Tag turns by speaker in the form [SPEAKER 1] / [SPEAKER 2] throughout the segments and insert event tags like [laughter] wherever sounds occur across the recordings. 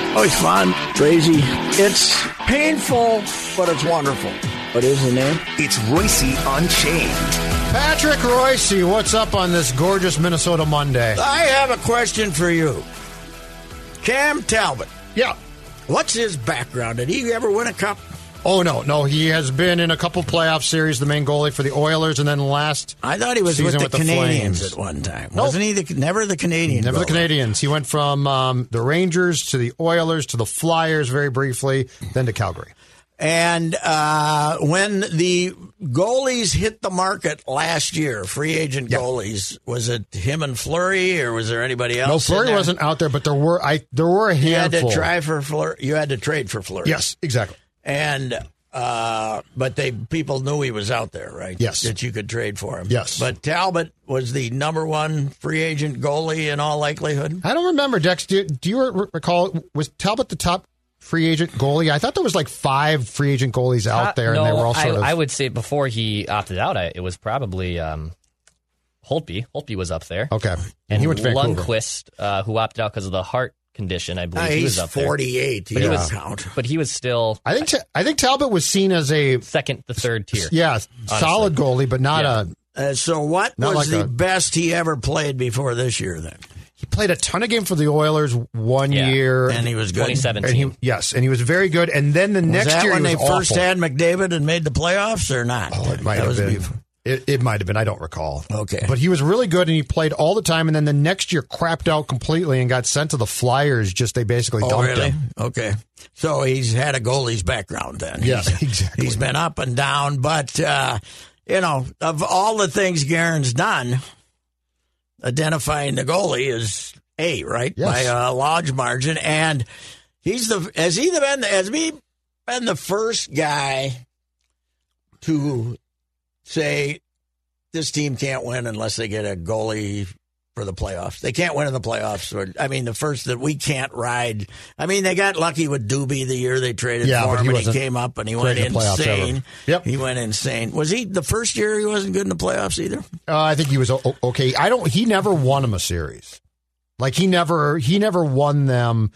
[SPEAKER 1] Oh, it's fun, crazy. It's painful, but it's wonderful. What is the name? It's Royce Unchained.
[SPEAKER 2] Patrick Royce, what's up on this gorgeous Minnesota Monday?
[SPEAKER 1] I have a question for you. Cam Talbot. Yeah. What's his background? Did he ever win a cup?
[SPEAKER 2] Oh no, no, he has been in a couple playoff series, the main goalie for the Oilers, and then last
[SPEAKER 1] I thought he was with
[SPEAKER 2] season
[SPEAKER 1] the
[SPEAKER 2] with the
[SPEAKER 1] Canadians
[SPEAKER 2] Flames.
[SPEAKER 1] at one time.
[SPEAKER 2] Nope.
[SPEAKER 1] Wasn't he the, never the Canadian?
[SPEAKER 2] Never the
[SPEAKER 1] goalie?
[SPEAKER 2] Canadians. He went from um, the Rangers to the Oilers to the Flyers very briefly, then to Calgary.
[SPEAKER 1] And uh, when the goalies hit the market last year, free agent goalies, was it him and Flurry, or was there anybody else?
[SPEAKER 2] No,
[SPEAKER 1] in
[SPEAKER 2] Flurry
[SPEAKER 1] there?
[SPEAKER 2] wasn't out there, but there were I there were a
[SPEAKER 1] You had
[SPEAKER 2] handful.
[SPEAKER 1] to try for Flurry. You had to trade for Flurry.
[SPEAKER 2] Yes, exactly.
[SPEAKER 1] and uh, but they people knew he was out there, right?
[SPEAKER 2] Yes.
[SPEAKER 1] that you could trade for him.
[SPEAKER 2] Yes.
[SPEAKER 1] but Talbot was the number one free agent goalie in all likelihood.
[SPEAKER 2] I don't remember Dex. Do, do you re- recall? Was Talbot the top free agent goalie? I thought there was like five free agent goalies out there,
[SPEAKER 3] Uh, no,
[SPEAKER 2] and they were all
[SPEAKER 3] I,
[SPEAKER 2] sort of.
[SPEAKER 3] I would say before he opted out, I, it was probably um, Holtby. Holtby was up there.
[SPEAKER 2] okay, Oh,
[SPEAKER 3] And
[SPEAKER 2] he went to Vancouver.
[SPEAKER 3] Lundqvist, uh, who opted out because of the heart condition, I believe.
[SPEAKER 1] Uh,
[SPEAKER 3] he
[SPEAKER 1] he's
[SPEAKER 3] was up there.
[SPEAKER 1] forty eight. He
[SPEAKER 3] But he
[SPEAKER 1] doesn't
[SPEAKER 3] was-
[SPEAKER 1] count.
[SPEAKER 3] But he was still
[SPEAKER 2] I think Ta- I think Talbot was seen as a
[SPEAKER 3] second to third tier.
[SPEAKER 2] yeah solid goalie, but not
[SPEAKER 3] Yeah.
[SPEAKER 2] a.
[SPEAKER 1] Uh, so what
[SPEAKER 2] Not
[SPEAKER 1] was
[SPEAKER 2] like
[SPEAKER 1] the
[SPEAKER 2] a-
[SPEAKER 1] best he ever played before this year? Then
[SPEAKER 2] He played a ton of game for the Oilers one
[SPEAKER 3] Yeah.
[SPEAKER 2] year,
[SPEAKER 1] and he was good.
[SPEAKER 3] 2017.
[SPEAKER 2] and he yes, and he was very good. And then the
[SPEAKER 1] Was
[SPEAKER 2] next
[SPEAKER 1] that
[SPEAKER 2] year
[SPEAKER 1] when
[SPEAKER 2] he
[SPEAKER 1] they
[SPEAKER 2] was
[SPEAKER 1] first
[SPEAKER 2] awful.
[SPEAKER 1] had McDavid and made the playoffs or not?
[SPEAKER 2] Oh, it might
[SPEAKER 1] That
[SPEAKER 2] have
[SPEAKER 1] was
[SPEAKER 2] been.
[SPEAKER 1] before-
[SPEAKER 2] It, it might have been. I don't recall.
[SPEAKER 1] Okay.
[SPEAKER 2] But he was really good and he played all the time. And then the next year crapped out completely and got sent to the Flyers. Just they basically
[SPEAKER 1] Oh,
[SPEAKER 2] dumped
[SPEAKER 1] [laughs] really?
[SPEAKER 2] him.
[SPEAKER 1] Okay. So he's had a goalie's background then.
[SPEAKER 2] Yeah,
[SPEAKER 1] He's- [laughs]
[SPEAKER 2] exactly.
[SPEAKER 1] He's been up and down, but, uh, you know, of all the things Garen's done, identifying the goalie is A, right?
[SPEAKER 2] Yes.
[SPEAKER 1] By a large margin. And he's the, has he the been, has he been the first guy to say this team can't win unless they get a goalie for the playoffs. They can't win in the playoffs. Or, I mean, the first that we can't ride. I mean, they got lucky with Doobie the year they traded
[SPEAKER 2] Yeah,
[SPEAKER 1] for
[SPEAKER 2] but
[SPEAKER 1] him,
[SPEAKER 2] he
[SPEAKER 1] and he
[SPEAKER 2] wasn't
[SPEAKER 1] came up and he
[SPEAKER 2] great
[SPEAKER 1] went
[SPEAKER 2] in the playoffs ever.
[SPEAKER 1] insane.
[SPEAKER 2] Yep.
[SPEAKER 1] he went insane. Was he the first year he wasn't good in the playoffs either?
[SPEAKER 2] Uh, I think he was o- o- okay. I don't. He never won him a series. Like he never. He never won them.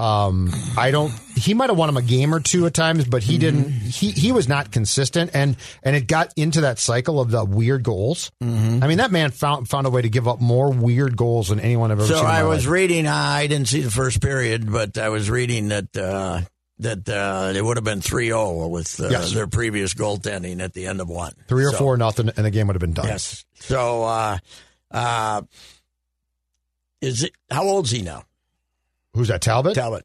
[SPEAKER 2] Um, I don't. He might have won him a game or two at times, but he didn't.
[SPEAKER 1] Mm-hmm.
[SPEAKER 2] He he was not consistent, and and it got into that cycle of the weird goals.
[SPEAKER 1] Mm-hmm.
[SPEAKER 2] I mean, that man found found a way to give up more weird goals than anyone I've ever
[SPEAKER 1] So
[SPEAKER 2] seen. in my
[SPEAKER 1] I was
[SPEAKER 2] life.
[SPEAKER 1] reading. Uh, I didn't see the first period, but I was reading that. Uh, that uh, it would have been 3-0 with uh,
[SPEAKER 2] Yes.
[SPEAKER 1] their previous goaltending at the end of one.
[SPEAKER 2] three or
[SPEAKER 1] So-
[SPEAKER 2] four nothing, and the game would have been done.
[SPEAKER 1] Yes. So, uh, uh, is it how old's he now?
[SPEAKER 2] Who's that? Talbot.
[SPEAKER 1] Talbot,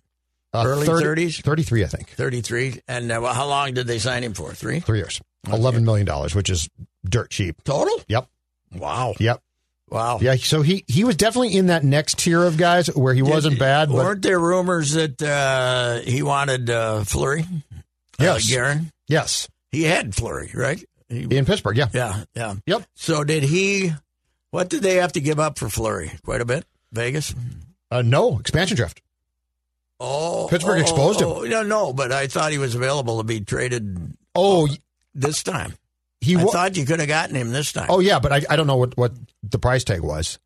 [SPEAKER 2] Uh,
[SPEAKER 1] Early 30s?
[SPEAKER 2] Thirty-three, I think.
[SPEAKER 1] thirty-three. And uh, well, how long did they sign him for? Three
[SPEAKER 2] Three years. Eleven million dollars, which is dirt cheap.
[SPEAKER 1] total.
[SPEAKER 2] Yep.
[SPEAKER 1] Wow.
[SPEAKER 2] Yep.
[SPEAKER 1] Wow.
[SPEAKER 2] Yeah, so he he was definitely in that next tier of guys where he wasn't bad, but
[SPEAKER 1] Weren't there rumors that uh, he wanted uh, Flurry?
[SPEAKER 2] Yes.
[SPEAKER 1] Uh, Garen.
[SPEAKER 2] yes,
[SPEAKER 1] He had Flurry, right? He-
[SPEAKER 2] in Pittsburgh, yeah,
[SPEAKER 1] yeah. Yeah.
[SPEAKER 2] Yep.
[SPEAKER 1] So did he? What did they have to give up for Flurry? Quite a bit. Vegas.
[SPEAKER 2] uh, no expansion draft.
[SPEAKER 1] Oh,
[SPEAKER 2] Pittsburgh
[SPEAKER 1] oh,
[SPEAKER 2] exposed him.
[SPEAKER 1] Oh, no, no, but I thought he was available to be traded
[SPEAKER 2] Oh,
[SPEAKER 1] this time.
[SPEAKER 2] he
[SPEAKER 1] I
[SPEAKER 2] wa-
[SPEAKER 1] thought you could have gotten him this time.
[SPEAKER 2] oh yeah, but I, I don't know what what the price tag was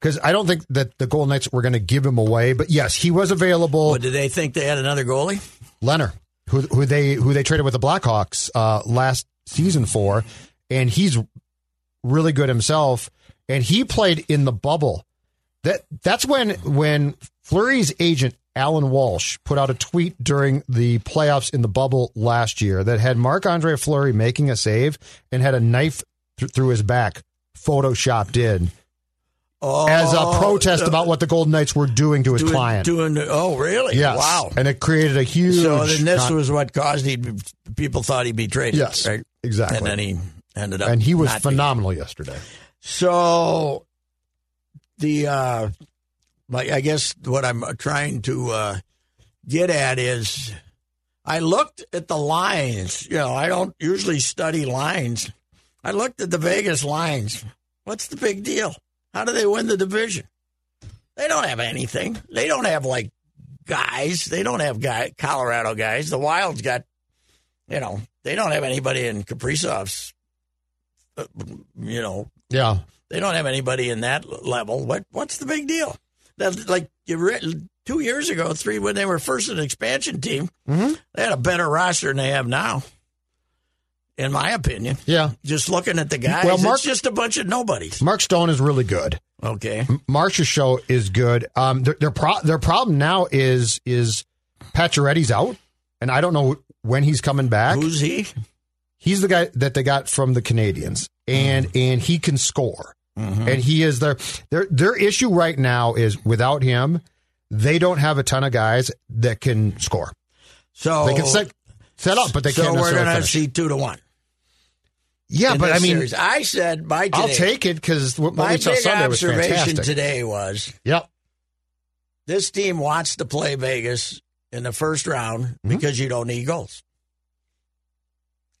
[SPEAKER 2] because I don't think that the Golden Knights were going to give him away. But yes, he was available.
[SPEAKER 1] Well, did they think they had another goalie?
[SPEAKER 2] Leonard, who who they who they traded with the Blackhawks uh, last season for, and he's really good himself. And he played in the bubble. That that's when when Flurry's agent Alan Walsh put out a tweet during the playoffs in the bubble last year that had Marc Andre Fleury making a save and had a knife th- through his back photoshopped in
[SPEAKER 1] Oh,
[SPEAKER 2] as a protest about what the Golden Knights were doing to his
[SPEAKER 1] doing,
[SPEAKER 2] client.
[SPEAKER 1] Doing, oh, really?
[SPEAKER 2] yes.
[SPEAKER 1] Wow.
[SPEAKER 2] And it created a huge.
[SPEAKER 1] So then this
[SPEAKER 2] con-
[SPEAKER 1] was what caused he. People thought he'd be traded.
[SPEAKER 2] Yes.
[SPEAKER 1] Right?
[SPEAKER 2] Exactly.
[SPEAKER 1] And then he ended up.
[SPEAKER 2] and he was
[SPEAKER 1] not being.
[SPEAKER 2] phenomenal yesterday.
[SPEAKER 1] So the uh like I guess what I'm trying to uh get at is I looked at the lines. You know, I don't usually study lines. I looked at the Vegas lines. What's the big deal? How do they win the division? They don't have anything. They don't have like guys. They don't have guy Colorado guys. The Wild's got you know, they don't have anybody in Kaprizov's uh, you know,
[SPEAKER 2] Yeah.
[SPEAKER 1] they don't have anybody in that l- level. What what's the big deal? That like you re- two years ago, three when they were first an expansion team,
[SPEAKER 2] Mm-hmm.
[SPEAKER 1] they had a better roster than they have now. In my opinion,
[SPEAKER 2] Yeah.
[SPEAKER 1] just looking at the guys,
[SPEAKER 2] Well, Mark-
[SPEAKER 1] it's just a bunch of nobodies.
[SPEAKER 2] Mark Stone is really good.
[SPEAKER 1] Okay,
[SPEAKER 2] Mm-hmm. Marcia's show is good. Um, their their, pro- their problem now is is Pacioretty's out, and I don't know when he's coming back.
[SPEAKER 1] who's he?
[SPEAKER 2] he's the guy that they got from the Canadians, and
[SPEAKER 1] Mm.
[SPEAKER 2] and he can score,
[SPEAKER 1] Mm-hmm.
[SPEAKER 2] and he is their their their issue right now is without him, they don't have a ton of guys that can score.
[SPEAKER 1] So
[SPEAKER 2] They can set set up, but they
[SPEAKER 1] Oh. so
[SPEAKER 2] can't
[SPEAKER 1] we're
[SPEAKER 2] necessarily
[SPEAKER 1] gonna
[SPEAKER 2] finish.
[SPEAKER 1] see two to one.
[SPEAKER 2] yeah,
[SPEAKER 1] in
[SPEAKER 2] but I
[SPEAKER 1] this
[SPEAKER 2] mean,
[SPEAKER 1] series. I said by today,
[SPEAKER 2] I'll take it because what
[SPEAKER 1] my
[SPEAKER 2] we saw
[SPEAKER 1] big
[SPEAKER 2] Sunday was
[SPEAKER 1] observation
[SPEAKER 2] fantastic.
[SPEAKER 1] today was
[SPEAKER 2] Yep.
[SPEAKER 1] this team wants to play Vegas in the first round
[SPEAKER 2] Mm-hmm.
[SPEAKER 1] because you don't need goals.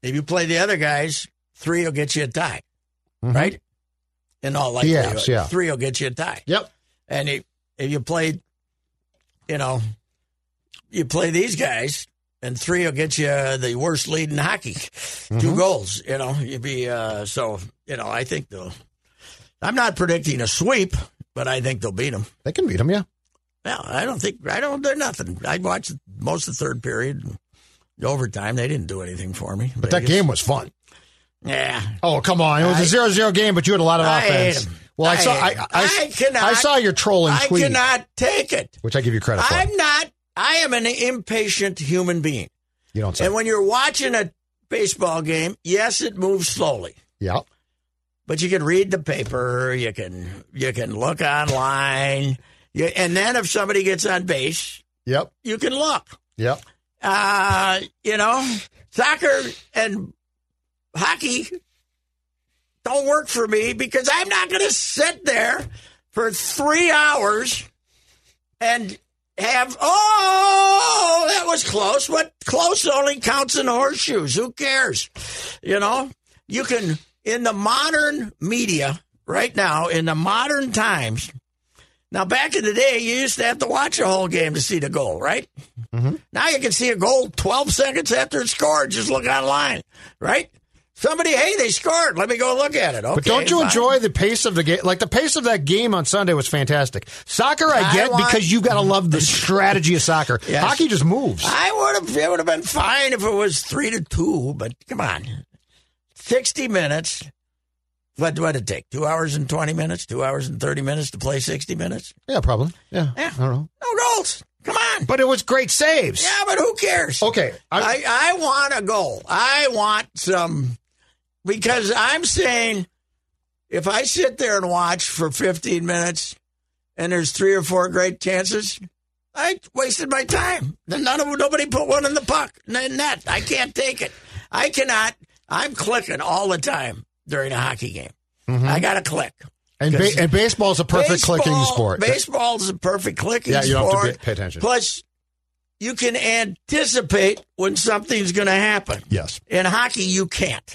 [SPEAKER 1] If you play the other guys, three will get you a tie, right? In all likelihood,
[SPEAKER 2] Mm-hmm. Yes, yeah.
[SPEAKER 1] three will get you a tie.
[SPEAKER 2] Yep.
[SPEAKER 1] And if, if you play, you know, you play these guys, and three will get you the worst lead in hockey, [laughs]
[SPEAKER 2] Mm-hmm.
[SPEAKER 1] two goals. You know, you'd be uh, so. You know, I think they'll. I'm not predicting a sweep, but I think they'll beat them.
[SPEAKER 2] They can beat him. Yeah.
[SPEAKER 1] No, I don't think I don't. They're nothing. I watched most of the third period, and overtime. They didn't do anything for me.
[SPEAKER 2] But that game was fun.
[SPEAKER 1] yeah.
[SPEAKER 2] Oh come on! It was
[SPEAKER 1] I-
[SPEAKER 2] a zero-zero game, but you had a lot of
[SPEAKER 1] I hate
[SPEAKER 2] offense.
[SPEAKER 1] 'em.
[SPEAKER 2] Well, I,
[SPEAKER 1] I
[SPEAKER 2] saw. I,
[SPEAKER 1] hate 'em.
[SPEAKER 2] I,
[SPEAKER 1] I cannot-
[SPEAKER 2] I saw your trolling
[SPEAKER 1] I
[SPEAKER 2] tweet,
[SPEAKER 1] cannot take it.
[SPEAKER 2] which I give you credit for.
[SPEAKER 1] I'm not. I am an impatient human being.
[SPEAKER 2] you don't say.
[SPEAKER 1] And when you're watching a baseball game, yes, it moves slowly,
[SPEAKER 2] yeah.
[SPEAKER 1] but you can read the paper. You can you can look online. You, and then if somebody gets on base,
[SPEAKER 2] Yep.
[SPEAKER 1] you can look.
[SPEAKER 2] Yep.
[SPEAKER 1] uh, you know, soccer and hockey don't work for me because I'm not going to sit there for three hours and have, oh, that was close. What close only counts in horseshoes. Who cares? You know, you can, in the modern media right now, in the modern times, now back in the day, you used to have to watch a whole game to see the goal, right?
[SPEAKER 2] Mm-hmm.
[SPEAKER 1] Now you can see a goal 12 seconds after it's scored. Just look online, right? Somebody, hey, they scored. Let me go look at it. Okay,
[SPEAKER 2] But don't you
[SPEAKER 1] fine.
[SPEAKER 2] enjoy the pace of the game? Like the pace of that game on Sunday was fantastic. Soccer, I
[SPEAKER 1] I
[SPEAKER 2] get
[SPEAKER 1] want-
[SPEAKER 2] because you got to
[SPEAKER 1] [laughs]
[SPEAKER 2] love the strategy of soccer.
[SPEAKER 1] Yes.
[SPEAKER 2] Hockey just moves.
[SPEAKER 1] I would have. It would have been fine if it was three to two. But come on, sixty minutes. What what did it take? Two hours and twenty minutes. Two hours and thirty minutes to play sixty minutes.
[SPEAKER 2] yeah, probably. Yeah,
[SPEAKER 1] Yeah.
[SPEAKER 2] I don't know.
[SPEAKER 1] No goals. Come on.
[SPEAKER 2] But it was great saves.
[SPEAKER 1] yeah, but who cares?
[SPEAKER 2] Okay. I,
[SPEAKER 1] I, I want a goal. I want some because I'm saying if I sit there and watch for 15 minutes and there's three or four great chances, I wasted my time. Then none of nobody put one in the puck in net. I can't take it. I cannot. I'm clicking all the time during a hockey game. I got to click.
[SPEAKER 2] and ba- and baseball's a perfect clicking sport.
[SPEAKER 1] Baseball's a perfect clicking
[SPEAKER 2] Yeah, you don't have
[SPEAKER 1] sport.
[SPEAKER 2] to pay- pay attention.
[SPEAKER 1] Plus, you can anticipate when something's going to happen.
[SPEAKER 2] yes.
[SPEAKER 1] In hockey, you can't.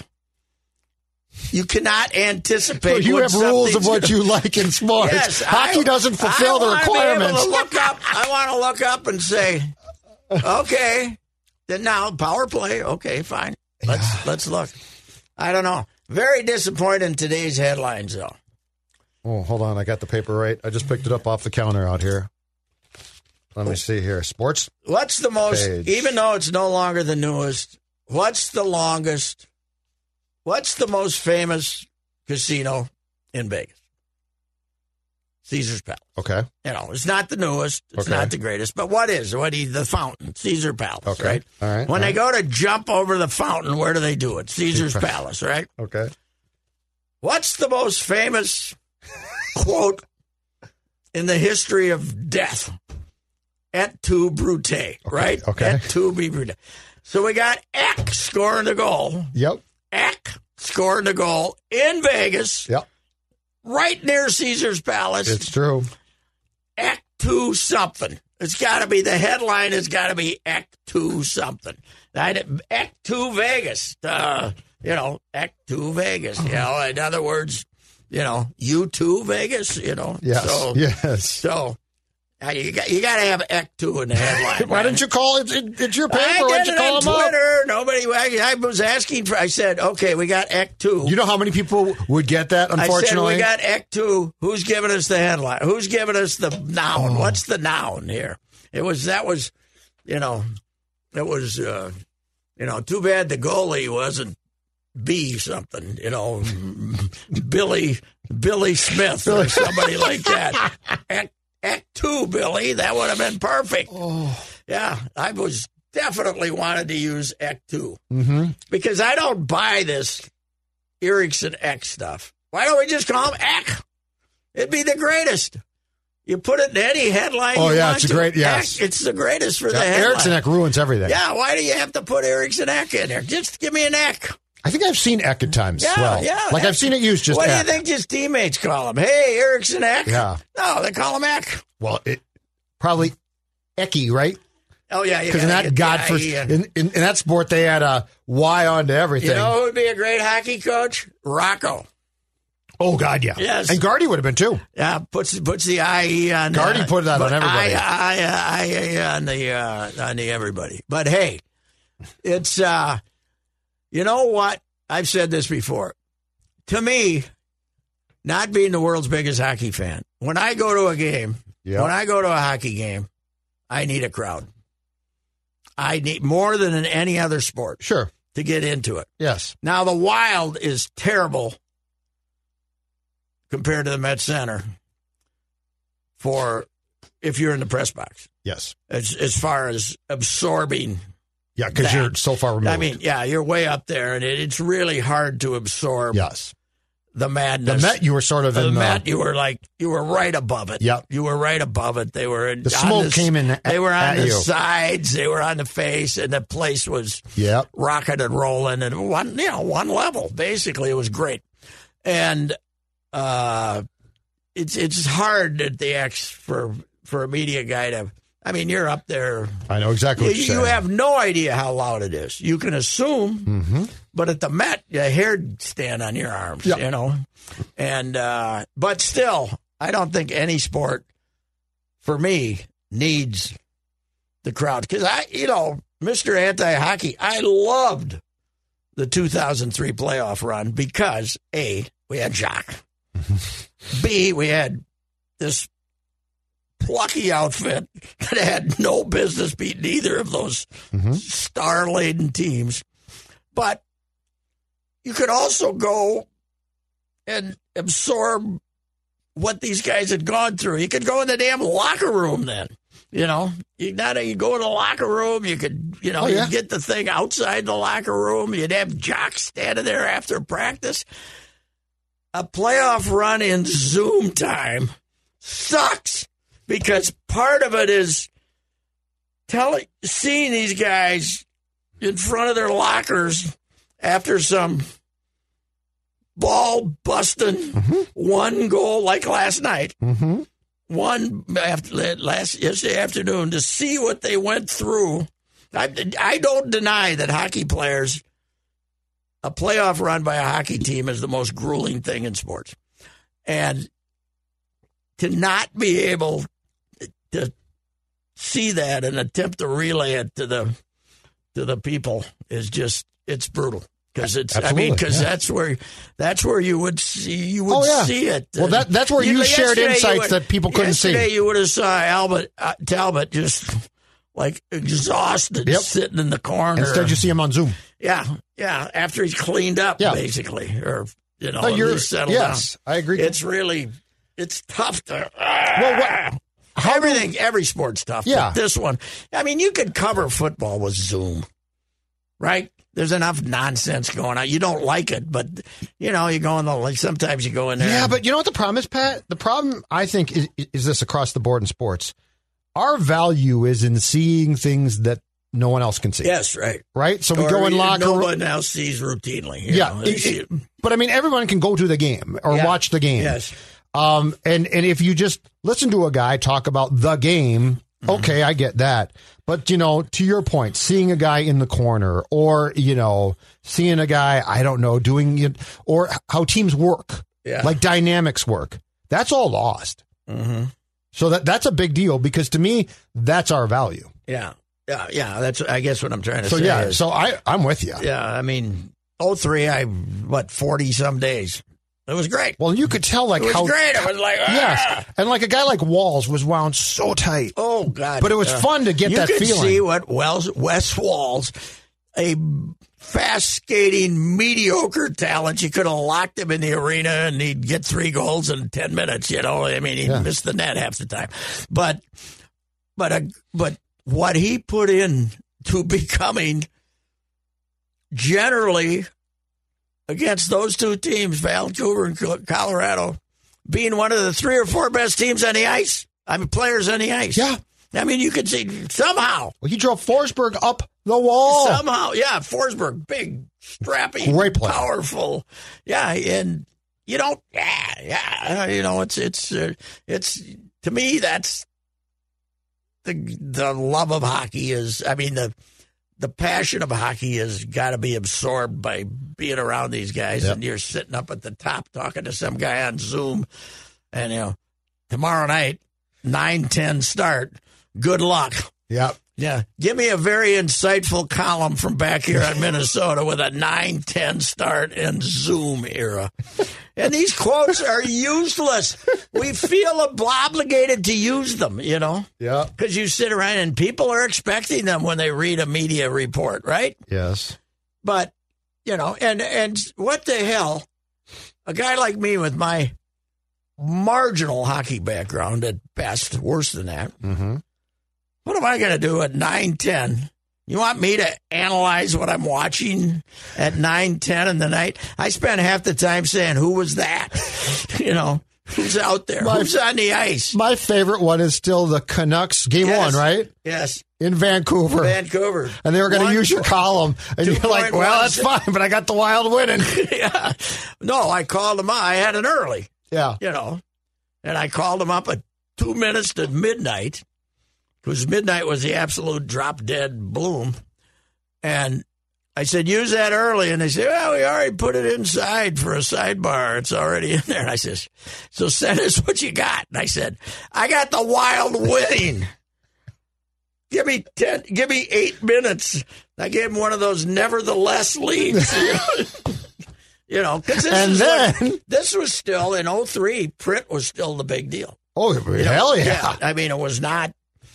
[SPEAKER 1] You cannot anticipate.
[SPEAKER 2] So [laughs] you
[SPEAKER 1] when
[SPEAKER 2] have rules of
[SPEAKER 1] something's
[SPEAKER 2] what
[SPEAKER 1] gonna-
[SPEAKER 2] you like in sports.
[SPEAKER 1] Yes,
[SPEAKER 2] [laughs] Hockey
[SPEAKER 1] I-
[SPEAKER 2] doesn't fulfill
[SPEAKER 1] I
[SPEAKER 2] the
[SPEAKER 1] wanna be able to
[SPEAKER 2] requirements.
[SPEAKER 1] look up. I want to look up and say, okay, then now power play. Okay, fine. Let's let's look. I don't know. Very disappointed in today's headlines, though.
[SPEAKER 2] Oh, hold on. I got the paper right. I just picked it up off the counter out here. Let me see here. Sports.
[SPEAKER 1] What's the most,
[SPEAKER 2] Page.
[SPEAKER 1] even though it's no longer the newest, what's the longest, what's the most famous casino in Vegas? Caesar's Palace.
[SPEAKER 2] Okay.
[SPEAKER 1] You know, it's not the newest, it's
[SPEAKER 2] Okay.
[SPEAKER 1] not the greatest, but what is what is the fountain? Caesar Palace,
[SPEAKER 2] Okay.
[SPEAKER 1] right?
[SPEAKER 2] All right,
[SPEAKER 1] When
[SPEAKER 2] all
[SPEAKER 1] they go to jump over the fountain, where do they do it? Caesar's
[SPEAKER 2] Caesar's-
[SPEAKER 1] Palace, right?
[SPEAKER 2] Okay.
[SPEAKER 1] What's the most famous quote in the history of death? Et tu brute, right?
[SPEAKER 2] okay.
[SPEAKER 1] Et tu be brute. So we got Eck scoring the goal.
[SPEAKER 2] Yep.
[SPEAKER 1] Eck scoring the goal in Vegas,
[SPEAKER 2] Yep.
[SPEAKER 1] right near Caesar's Palace.
[SPEAKER 2] It's true.
[SPEAKER 1] Act Two something. It's got to be the headline. Has got to be Act Two something. I- Act Two Vegas. Uh, you know, Act Two Vegas. You know, in other words, you know, you two Vegas. You know,
[SPEAKER 2] Yes.
[SPEAKER 1] So,
[SPEAKER 2] yes.
[SPEAKER 1] so uh, you got you got to have Act Two in the headline.
[SPEAKER 2] [laughs] Why
[SPEAKER 1] man.
[SPEAKER 2] didn't you call it? it it's your paper.
[SPEAKER 1] I
[SPEAKER 2] Why
[SPEAKER 1] did
[SPEAKER 2] didn't you
[SPEAKER 1] it
[SPEAKER 2] call
[SPEAKER 1] on
[SPEAKER 2] him up?
[SPEAKER 1] Twitter. Nobody. I, I was asking for. I said, okay, we got Act Two.
[SPEAKER 2] You know how many people would get that? Unfortunately,
[SPEAKER 1] I said we got Act Two. Who's giving us the headline? Who's giving us the noun? What's the noun here? It was that was, you know, it was, uh, you know, too bad the goalie wasn't B something, you know, Billy Billy Smith or somebody like that. Act, act Two, Billy, that would have been perfect. Yeah, I was definitely wanted to use Act 2 mm-hmm. because I don't buy this Erickson X stuff. Why don't we just call him Eck? It'd be the greatest. You put it in any headline.
[SPEAKER 2] Oh,
[SPEAKER 1] you
[SPEAKER 2] yeah,
[SPEAKER 1] want
[SPEAKER 2] it's a
[SPEAKER 1] to.
[SPEAKER 2] great- yes.
[SPEAKER 1] Eck, it's the greatest for the
[SPEAKER 2] Yeah,
[SPEAKER 1] headline.
[SPEAKER 2] Erickson Eck ruins everything.
[SPEAKER 1] Yeah, why do you have to put Erickson Eck in there? Just give me an Eck.
[SPEAKER 2] I think I've seen Eck at times.
[SPEAKER 1] Yeah,
[SPEAKER 2] as well.
[SPEAKER 1] yeah,
[SPEAKER 2] Like
[SPEAKER 1] Eck.
[SPEAKER 2] I've seen it used just.
[SPEAKER 1] what
[SPEAKER 2] Eck.
[SPEAKER 1] do you think his teammates call him? Hey, Erickson Eck.
[SPEAKER 2] Yeah.
[SPEAKER 1] No, they call him Eck.
[SPEAKER 2] Well, it probably Ecky, right?
[SPEAKER 1] Oh yeah,
[SPEAKER 2] Because in that God for in, in, in that sport they had a Y onto everything.
[SPEAKER 1] E You know who would be a great hockey coach? Rocco.
[SPEAKER 2] oh God, yeah.
[SPEAKER 1] Yes.
[SPEAKER 2] And Guardy would have been too.
[SPEAKER 1] Yeah, puts puts the IE on.
[SPEAKER 2] Guardy
[SPEAKER 1] uh,
[SPEAKER 2] put that
[SPEAKER 1] but
[SPEAKER 2] on everybody.
[SPEAKER 1] I, I, I, I on the uh, on the everybody. But hey, it's uh, you know what? I've said this before. To me, not being the world's biggest hockey fan, when I go to a game,
[SPEAKER 2] Yeah.
[SPEAKER 1] when I go to a hockey game, I need a crowd. I need more than in any other sport
[SPEAKER 2] Sure.
[SPEAKER 1] to get into it.
[SPEAKER 2] Yes.
[SPEAKER 1] Now the Wild is terrible compared to the Met Center for if you're in the press box
[SPEAKER 2] Yes.
[SPEAKER 1] as as far as absorbing.
[SPEAKER 2] Yeah, because
[SPEAKER 1] That-
[SPEAKER 2] you're so far removed.
[SPEAKER 1] I mean, yeah, you're way up there, and it, it's really hard to absorb
[SPEAKER 2] yes.
[SPEAKER 1] the
[SPEAKER 2] The
[SPEAKER 1] madness.
[SPEAKER 2] Met, you were sort of
[SPEAKER 1] The
[SPEAKER 2] in uh, the.
[SPEAKER 1] Met, you were like you were right above it.
[SPEAKER 2] Yep.
[SPEAKER 1] you were right above it. They were in,
[SPEAKER 2] The
[SPEAKER 1] on
[SPEAKER 2] smoke came in
[SPEAKER 1] They were on
[SPEAKER 2] at
[SPEAKER 1] the
[SPEAKER 2] you.
[SPEAKER 1] sides. They were on the face, and the place was
[SPEAKER 2] Yep.
[SPEAKER 1] rocking and rolling and one you know one level basically it was great and uh it's it's hard at the X for for a media guy to I mean you're up there
[SPEAKER 2] I know exactly
[SPEAKER 1] you,
[SPEAKER 2] what you're
[SPEAKER 1] you
[SPEAKER 2] saying.
[SPEAKER 1] have no idea how loud it is you can assume but at the Met your hair'd stand on your arms
[SPEAKER 2] Yeah.
[SPEAKER 1] you know and uh but still I don't think any sport for me needs the crowd because I, you know, Mister Anti Hockey, I loved the 2003 playoff run because a we had Jock, b we had this plucky outfit that had no business beating either of those
[SPEAKER 2] Mm-hmm.
[SPEAKER 1] star-laden teams, but you could also go and absorb what these guys had gone through. You could go in the damn locker room then. You know, you not you go in the locker room. You could, you know,
[SPEAKER 2] Oh, yeah.
[SPEAKER 1] you get the thing outside the locker room. You'd have jocks standing there after practice. A playoff run in Zoom time sucks because part of it is telling, seeing these guys in front of their lockers after some ball busting
[SPEAKER 2] Mm-hmm.
[SPEAKER 1] one goal like last night one after last yesterday afternoon to see what they went through I, I don't deny that hockey players a playoff run by a hockey team is the most grueling thing in sports and to not be able to see that and attempt to relay it to the to the people is just it's brutal because it's I mean
[SPEAKER 2] Absolutely,
[SPEAKER 1] because
[SPEAKER 2] yeah.
[SPEAKER 1] that's where that's where you would see you would
[SPEAKER 2] Oh, yeah.
[SPEAKER 1] see it.
[SPEAKER 2] Well, that- that's where you shared
[SPEAKER 1] yesterday
[SPEAKER 2] insights that people couldn't see.
[SPEAKER 1] Yesterday you would have saw Albert uh, Talbot just like exhausted
[SPEAKER 2] Yep.
[SPEAKER 1] sitting in the corner.
[SPEAKER 2] Instead, you see him on Zoom.
[SPEAKER 1] yeah, yeah. After he's cleaned up,
[SPEAKER 2] Yeah.
[SPEAKER 1] basically, or you know,
[SPEAKER 2] No,
[SPEAKER 1] at
[SPEAKER 2] you're-
[SPEAKER 1] least settled
[SPEAKER 2] yes,
[SPEAKER 1] down.
[SPEAKER 2] I agree.
[SPEAKER 1] It's really it's tough to. ah,
[SPEAKER 2] Well, what?
[SPEAKER 1] everything, every sport's tough. but
[SPEAKER 2] Yeah.
[SPEAKER 1] this one. I mean, you could cover football with Zoom, right? There's enough nonsense going on. You don't like it, but you know you go in the like. Sometimes you go in there.
[SPEAKER 2] Yeah,
[SPEAKER 1] and-
[SPEAKER 2] but you know what the problem is, Pat? The problem I think is, is this across the board in sports. Our value is in seeing things that no one else can see.
[SPEAKER 1] yes, right.
[SPEAKER 2] Right? So we
[SPEAKER 1] Or
[SPEAKER 2] go in locker
[SPEAKER 1] no
[SPEAKER 2] room.
[SPEAKER 1] one else sees routinely. you
[SPEAKER 2] Yeah.
[SPEAKER 1] know,
[SPEAKER 2] it-
[SPEAKER 1] they see
[SPEAKER 2] it-
[SPEAKER 1] it.
[SPEAKER 2] but I mean, everyone can go to the game or
[SPEAKER 1] Yeah.
[SPEAKER 2] watch the game.
[SPEAKER 1] Yes.
[SPEAKER 2] Um, and, and if you just listen to a guy talk about the game,
[SPEAKER 1] Mm-hmm.
[SPEAKER 2] okay, I get that. But, you know, to your point, seeing a guy in the corner or, you know, seeing a guy, I don't know, doing it or how teams work,
[SPEAKER 1] Yeah.
[SPEAKER 2] like dynamics work, that's all lost.
[SPEAKER 1] Mhm.
[SPEAKER 2] So that, that's a big deal because to me, that's our value.
[SPEAKER 1] Yeah. Yeah. Yeah. That's I guess what I'm trying to
[SPEAKER 2] So
[SPEAKER 1] say.
[SPEAKER 2] yeah,
[SPEAKER 1] is-
[SPEAKER 2] so I, I'm with you.
[SPEAKER 1] yeah. I mean, oh three. I what forty some days. It was great.
[SPEAKER 2] Well, you could tell like
[SPEAKER 1] it was
[SPEAKER 2] how,
[SPEAKER 1] great. I was like, ah!
[SPEAKER 2] yes. And like a guy like Walls was wound so tight.
[SPEAKER 1] Oh God!
[SPEAKER 2] But it was
[SPEAKER 1] Uh,
[SPEAKER 2] fun to get
[SPEAKER 1] you
[SPEAKER 2] that
[SPEAKER 1] could
[SPEAKER 2] feeling.
[SPEAKER 1] see what Wells Wes Walls, a fast skating mediocre talent. You could have locked him in the arena and he'd get three goals in ten minutes. You know, I mean, he
[SPEAKER 2] Yeah.
[SPEAKER 1] would missed the net half the time. But but a, but what he put in to [laughs] becoming generally against those two teams, Vancouver and Col- Colorado, being one of the three or four best teams on the ice. I mean, players on the ice.
[SPEAKER 2] Yeah.
[SPEAKER 1] I mean, you could see somehow,
[SPEAKER 2] Well, he drove Forsberg up the wall.
[SPEAKER 1] somehow, yeah, Forsberg, big, strappy,
[SPEAKER 2] Great player.
[SPEAKER 1] powerful, yeah, and you don't, yeah, yeah, you know, it's it's uh, it's to me that's the the love of hockey is, I mean the. The passion of hockey has got to be absorbed by being around these guys,
[SPEAKER 2] Yep.
[SPEAKER 1] and you're sitting up at the top talking to some guy on Zoom, and you know, tomorrow night, nine ten start. Good luck.
[SPEAKER 2] Yep.
[SPEAKER 1] Yeah. Give me a very insightful column from back here on Minnesota with a 9 10 start and Zoom era. And these quotes are useless. We feel ob- obligated to use them, you know,
[SPEAKER 2] Yep.
[SPEAKER 1] because you sit around and people are expecting them when they read a media report, right?
[SPEAKER 2] Yes.
[SPEAKER 1] but you know, and and what the hell? A guy like me with my marginal hockey background at best, worse than that.
[SPEAKER 2] Mm-hmm.
[SPEAKER 1] What am I going to do at nine ten? You want me to analyze what I'm watching at nine ten in the night? I spent half the time saying, "Who was that?" [laughs] you know, who's out there?
[SPEAKER 2] My-
[SPEAKER 1] who's on the ice?
[SPEAKER 2] My favorite one is still the Canucks game
[SPEAKER 1] Yes.
[SPEAKER 2] one, right?
[SPEAKER 1] yes,
[SPEAKER 2] In Vancouver.
[SPEAKER 1] Vancouver.
[SPEAKER 2] and they were going to
[SPEAKER 1] One- [laughs]
[SPEAKER 2] use your column. And
[SPEAKER 1] two
[SPEAKER 2] you're like,
[SPEAKER 1] point
[SPEAKER 2] well,
[SPEAKER 1] one
[SPEAKER 2] that's
[SPEAKER 1] se-
[SPEAKER 2] fine, but I got the wild winning. [laughs]
[SPEAKER 1] yeah. No, I called him. I had an early.
[SPEAKER 2] Yeah.
[SPEAKER 1] you know. And I called him up at two minutes to midnight, because midnight was the absolute drop dead bloom. And I said, use that early. And they said, well, we already put it inside for a sidebar. It's already in there. And I says, so send us what you got. And I said, I got the wild winning. Give me ten. Give me eight minutes. I gave him one of those nevertheless leads. [laughs] you know, because this
[SPEAKER 2] And
[SPEAKER 1] is what-
[SPEAKER 2] then-
[SPEAKER 1] this was still in 03, Print was still the big deal.
[SPEAKER 2] Oh,
[SPEAKER 1] You know,
[SPEAKER 2] hell yeah.
[SPEAKER 1] I mean, it was not.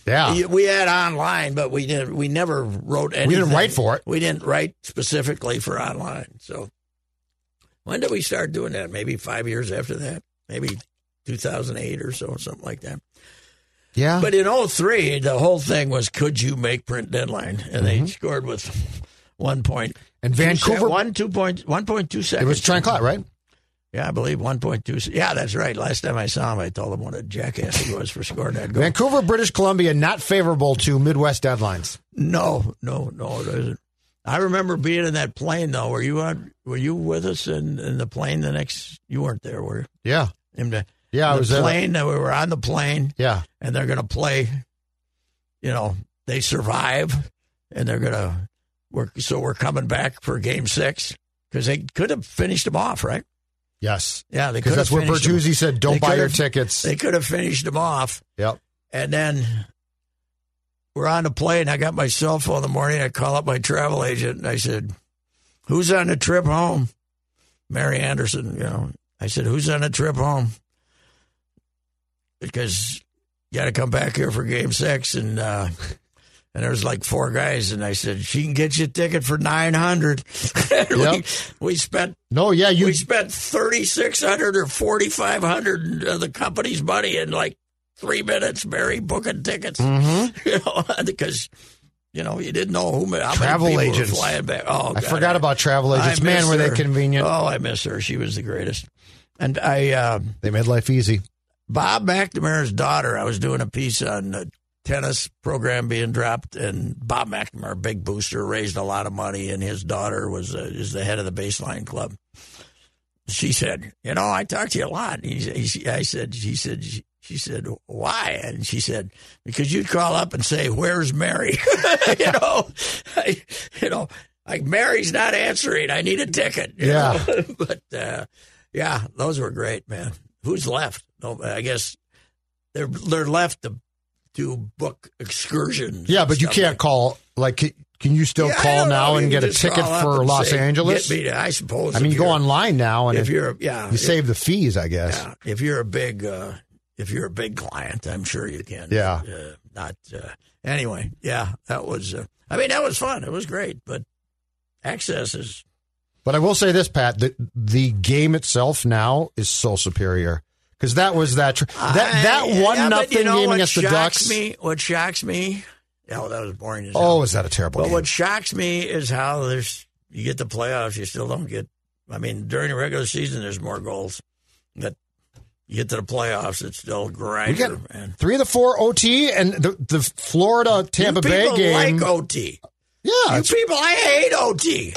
[SPEAKER 2] Yeah.
[SPEAKER 1] We had online, but we didn't. We never wrote anything.
[SPEAKER 2] Ah. didn't write for it.
[SPEAKER 1] We didn't write specifically for online. So when did we start doing that? Maybe five years after that. Maybe 2008 or so, something like that.
[SPEAKER 2] Yeah.
[SPEAKER 1] But in 03, the whole thing was could you make print deadline? And they scored with one point.
[SPEAKER 2] Mm-hmm. and Vancouver,
[SPEAKER 1] One, two point, 1.2 seconds.
[SPEAKER 2] it was Tranclat, right?
[SPEAKER 1] Yeah, I believe 1.2. Yeah, that's right. Last time I saw him, I told him what a jackass he was for scoring that goal.
[SPEAKER 2] Vancouver, British Columbia, not favorable to Midwest deadlines.
[SPEAKER 1] No, no, no, it isn't. I remember being in that plane though. Were you on? Were you with us in, in the plane the next? You weren't there, were you?
[SPEAKER 2] Yeah.
[SPEAKER 1] In the,
[SPEAKER 2] Yeah, I
[SPEAKER 1] the
[SPEAKER 2] was there.
[SPEAKER 1] plane. that We were on the plane,
[SPEAKER 2] Yeah.
[SPEAKER 1] and they're going to play. You know, they survive, and they're going to. We're so we're coming back for Game Six because they could have finished them off, right?
[SPEAKER 2] Yes.
[SPEAKER 1] Yeah, they could
[SPEAKER 2] Because
[SPEAKER 1] have
[SPEAKER 2] that's where
[SPEAKER 1] finished 'em.
[SPEAKER 2] Bertuzzi said, don't
[SPEAKER 1] They
[SPEAKER 2] buy your
[SPEAKER 1] could've-
[SPEAKER 2] tickets.
[SPEAKER 1] They could have finished them off.
[SPEAKER 2] yep.
[SPEAKER 1] And then we're on the plane. I got my cell phone in the morning. I call up my travel agent and I said, Who's on the trip home? Mary Anderson, you know. I said, Who's on the trip home? Because you got to come back here for game six. And uh, And there was like four guys, and I said, "She can get you a ticket for nine hundred. [laughs] we,
[SPEAKER 2] Yep.
[SPEAKER 1] we spent
[SPEAKER 2] No, yeah, you
[SPEAKER 1] we spent thirty six hundred or forty five hundred of the company's money in like three minutes, Barry booking tickets. [laughs]
[SPEAKER 2] Mm-hmm.
[SPEAKER 1] You know, because you know you didn't know who how
[SPEAKER 2] Travel
[SPEAKER 1] many people were
[SPEAKER 2] agents.
[SPEAKER 1] flying back. Oh,
[SPEAKER 2] I
[SPEAKER 1] God,
[SPEAKER 2] forgot about travel
[SPEAKER 1] I
[SPEAKER 2] agents. Man,
[SPEAKER 1] miss
[SPEAKER 2] were they
[SPEAKER 1] her.
[SPEAKER 2] convenient.
[SPEAKER 1] Oh, I miss her. She was the greatest. And I, uh,
[SPEAKER 2] They made life easy.
[SPEAKER 1] Bob McNamara's daughter, I was doing a piece on uh, the tennis program being dropped, and Bob McNamara, big booster, raised a lot of money, and his daughter was uh, is the head of the baseline club. She said, "You know, I talked to you a lot." He, he, I said, "She said." She, she said, "Why?" And she said, "Because you'd call up and say, "Where's Mary?" [laughs] you know, [laughs] I, you know, like Mary's not answering. I need a ticket. you
[SPEAKER 2] Yeah.
[SPEAKER 1] know? [laughs] but uh, yeah, those were great, man. Who's left? No, I guess they're they're left to to book excursions.
[SPEAKER 2] Yeah,
[SPEAKER 1] and
[SPEAKER 2] but you
[SPEAKER 1] stuff
[SPEAKER 2] can't call. Like, c- can you still
[SPEAKER 1] Yeah, I
[SPEAKER 2] call
[SPEAKER 1] don't
[SPEAKER 2] now
[SPEAKER 1] know.
[SPEAKER 2] and
[SPEAKER 1] You
[SPEAKER 2] get a
[SPEAKER 1] just
[SPEAKER 2] ticket
[SPEAKER 1] call up
[SPEAKER 2] for
[SPEAKER 1] and
[SPEAKER 2] Los
[SPEAKER 1] say,
[SPEAKER 2] Angeles?
[SPEAKER 1] Get me to, I suppose.
[SPEAKER 2] I mean,
[SPEAKER 1] if
[SPEAKER 2] you go
[SPEAKER 1] you're-
[SPEAKER 2] online now and
[SPEAKER 1] if
[SPEAKER 2] it-
[SPEAKER 1] you're yeah,
[SPEAKER 2] you
[SPEAKER 1] if-
[SPEAKER 2] save the fees, I guess.
[SPEAKER 1] yeah, if you're a big uh, if you're a big client, I'm sure you can.
[SPEAKER 2] Yeah.
[SPEAKER 1] Uh, not uh, anyway. Yeah, that was. Uh, I mean, that was fun. It was great, but access is
[SPEAKER 2] But I will say this, Pat: the the game itself now is so superior because that was that tr- that that
[SPEAKER 1] I-
[SPEAKER 2] one
[SPEAKER 1] yeah, but
[SPEAKER 2] nothing
[SPEAKER 1] you know
[SPEAKER 2] game
[SPEAKER 1] what
[SPEAKER 2] against the
[SPEAKER 1] shocks
[SPEAKER 2] Ducks.
[SPEAKER 1] Me, what shocks me? Oh, that was boring. As hell.
[SPEAKER 2] Oh, is that a terrible
[SPEAKER 1] But
[SPEAKER 2] game?
[SPEAKER 1] what shocks me is how there's you get the playoffs, you still don't get. I mean, during the regular season, there's more goals, but you get to the playoffs, it's still grinder,
[SPEAKER 2] We got-
[SPEAKER 1] man.
[SPEAKER 2] Three of the four OT and the the Florida Tampa
[SPEAKER 1] you
[SPEAKER 2] Bay
[SPEAKER 1] people
[SPEAKER 2] game.
[SPEAKER 1] like OT.
[SPEAKER 2] yeah,
[SPEAKER 1] You
[SPEAKER 2] it's-
[SPEAKER 1] people, I hate OT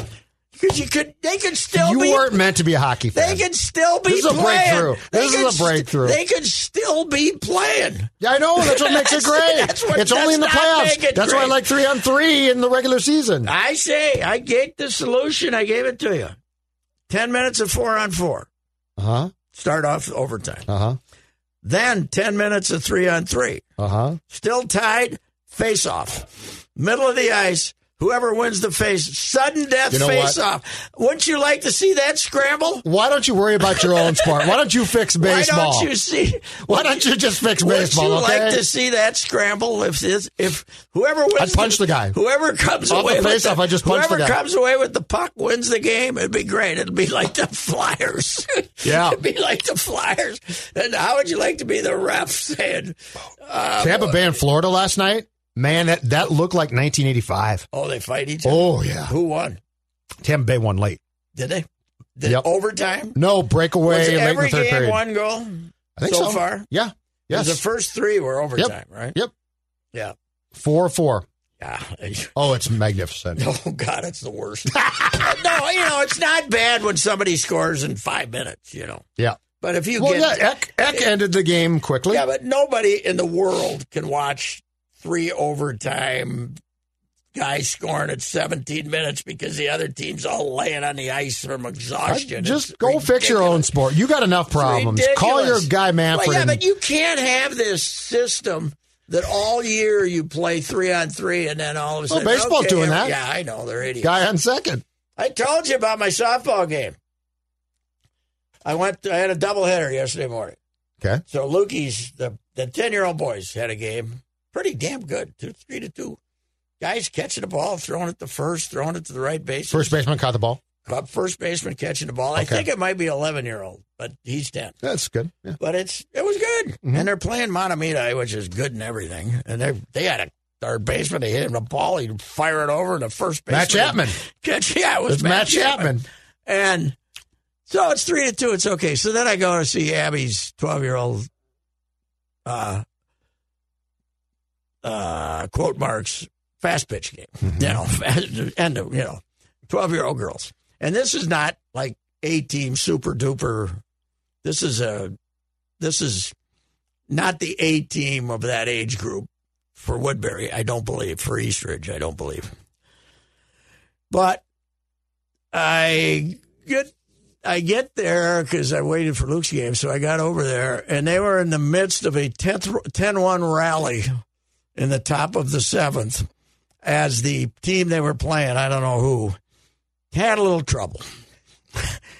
[SPEAKER 1] because you could. They could still
[SPEAKER 2] you
[SPEAKER 1] be.
[SPEAKER 2] weren't meant to be a hockey
[SPEAKER 1] they
[SPEAKER 2] fan.
[SPEAKER 1] could still be
[SPEAKER 2] This is a
[SPEAKER 1] playing.
[SPEAKER 2] breakthrough.
[SPEAKER 1] They
[SPEAKER 2] This is
[SPEAKER 1] could
[SPEAKER 2] a breakthrough.
[SPEAKER 1] St- they could still be playing.
[SPEAKER 2] Yeah, I know. That's what makes it great.
[SPEAKER 1] [laughs] That's what
[SPEAKER 2] it's only in the
[SPEAKER 1] does not
[SPEAKER 2] playoffs.
[SPEAKER 1] make it
[SPEAKER 2] That's why I
[SPEAKER 1] great.
[SPEAKER 2] like three on three in the regular season.
[SPEAKER 1] I say I gave the solution. I gave it to you. Ten minutes of four on four.
[SPEAKER 2] Uh huh.
[SPEAKER 1] Start off overtime.
[SPEAKER 2] Uh huh.
[SPEAKER 1] Then 10 minutes of three on three.
[SPEAKER 2] Uh huh.
[SPEAKER 1] Still tied, face off. Middle of the ice, whoever wins the face, sudden death
[SPEAKER 2] You know
[SPEAKER 1] face
[SPEAKER 2] what?
[SPEAKER 1] off. Wouldn't you like to see that scramble?
[SPEAKER 2] Why don't you worry about your own sport? Why don't you fix
[SPEAKER 1] [laughs]
[SPEAKER 2] baseball?
[SPEAKER 1] Why don't you see?
[SPEAKER 2] Why don't you just fix
[SPEAKER 1] Wouldn't you
[SPEAKER 2] baseball? okay?
[SPEAKER 1] like to see that scramble? If this, if whoever wins,
[SPEAKER 2] I'd punch the guy.
[SPEAKER 1] Whoever comes
[SPEAKER 2] Off the
[SPEAKER 1] away with
[SPEAKER 2] faceoff,
[SPEAKER 1] the,
[SPEAKER 2] I just punch the
[SPEAKER 1] whoever
[SPEAKER 2] guy.
[SPEAKER 1] comes away with the puck wins the game. It'd be great. It'd be like the Flyers. [laughs]
[SPEAKER 2] Yeah.
[SPEAKER 1] it'd be like the Flyers. And how would you like to be the ref saying, uh,
[SPEAKER 2] Tampa Bay and Florida last night. Man, that, that looked like 1985.
[SPEAKER 1] "Oh, they fight each other."
[SPEAKER 2] Oh yeah,
[SPEAKER 1] Who won?
[SPEAKER 2] Tampa Bay won late.
[SPEAKER 1] Did they? Did
[SPEAKER 2] Yep.
[SPEAKER 1] overtime?
[SPEAKER 2] No
[SPEAKER 1] Was
[SPEAKER 2] breakaway late in the
[SPEAKER 1] every
[SPEAKER 2] third
[SPEAKER 1] game
[SPEAKER 2] period.
[SPEAKER 1] one goal?
[SPEAKER 2] I think
[SPEAKER 1] so
[SPEAKER 2] so,
[SPEAKER 1] far?
[SPEAKER 2] Yeah. Yes.
[SPEAKER 1] The first three were overtime, right?
[SPEAKER 2] Yep.
[SPEAKER 1] Yeah.
[SPEAKER 2] Four four.
[SPEAKER 1] Yeah. [laughs]
[SPEAKER 2] Oh, it's magnificent.
[SPEAKER 1] Oh God, it's the worst. [laughs] no, you know it's not bad when somebody scores in five minutes. You know,
[SPEAKER 2] Yeah.
[SPEAKER 1] but if you
[SPEAKER 2] Well,
[SPEAKER 1] get
[SPEAKER 2] yeah. Eck, Eck ended the game quickly.
[SPEAKER 1] yeah, but nobody in the world can watch three overtime guys scoring at 17 minutes because the other team's all laying on the ice from exhaustion.
[SPEAKER 2] Just
[SPEAKER 1] It's
[SPEAKER 2] go fix your own
[SPEAKER 1] ridiculous.
[SPEAKER 2] sport. You got enough problems.
[SPEAKER 1] Ridiculous.
[SPEAKER 2] Call your guy Manfred.
[SPEAKER 1] Well, yeah,
[SPEAKER 2] and-
[SPEAKER 1] but you can't have this system that all year you play three on three, and then all of a
[SPEAKER 2] Well,
[SPEAKER 1] sudden
[SPEAKER 2] baseball's
[SPEAKER 1] okay,
[SPEAKER 2] Oh, doing
[SPEAKER 1] every-
[SPEAKER 2] that.
[SPEAKER 1] Yeah, I know they're idiots.
[SPEAKER 2] guy on second.
[SPEAKER 1] I told you about my softball game. I went. I had a doubleheader yesterday morning.
[SPEAKER 2] Okay.
[SPEAKER 1] So Lukey's the the ten year old boys had a game, pretty damn good, two three to two. Guys catching the ball, throwing it to first, throwing it to the right base.
[SPEAKER 2] First baseman caught the ball.
[SPEAKER 1] Cup first baseman catching the ball. I
[SPEAKER 2] Okay.
[SPEAKER 1] think it might be eleven year old, but he's ten.
[SPEAKER 2] That's good. Yeah.
[SPEAKER 1] [laughs] But it's it was good.
[SPEAKER 2] Mm-hmm.
[SPEAKER 1] And they're playing Montemita, which is good and everything. And they they had a third baseman. They hit him the ball. He'd fire it over, and the first baseman
[SPEAKER 2] Matt Chapman.
[SPEAKER 1] [laughs] catch. Yeah, it was
[SPEAKER 2] It's Matt Chapman.
[SPEAKER 1] and so it's three to two. It's okay. So then I go to see Abby's 12 year old, uh, uh, quote marks, fast pitch game. You know, [laughs] fast, and, you know, 12 year old girls. And this is not like A team super duper. This is a, this is not the A team of that age group for Woodbury, I don't believe. For Eastridge, I don't believe. But I get I get there because I waited for Luke's game, so I got over there, and they were in the midst of a 10th 10-1 rally in the top of the seventh as the team they were playing, I don't know who, had a little trouble. [laughs]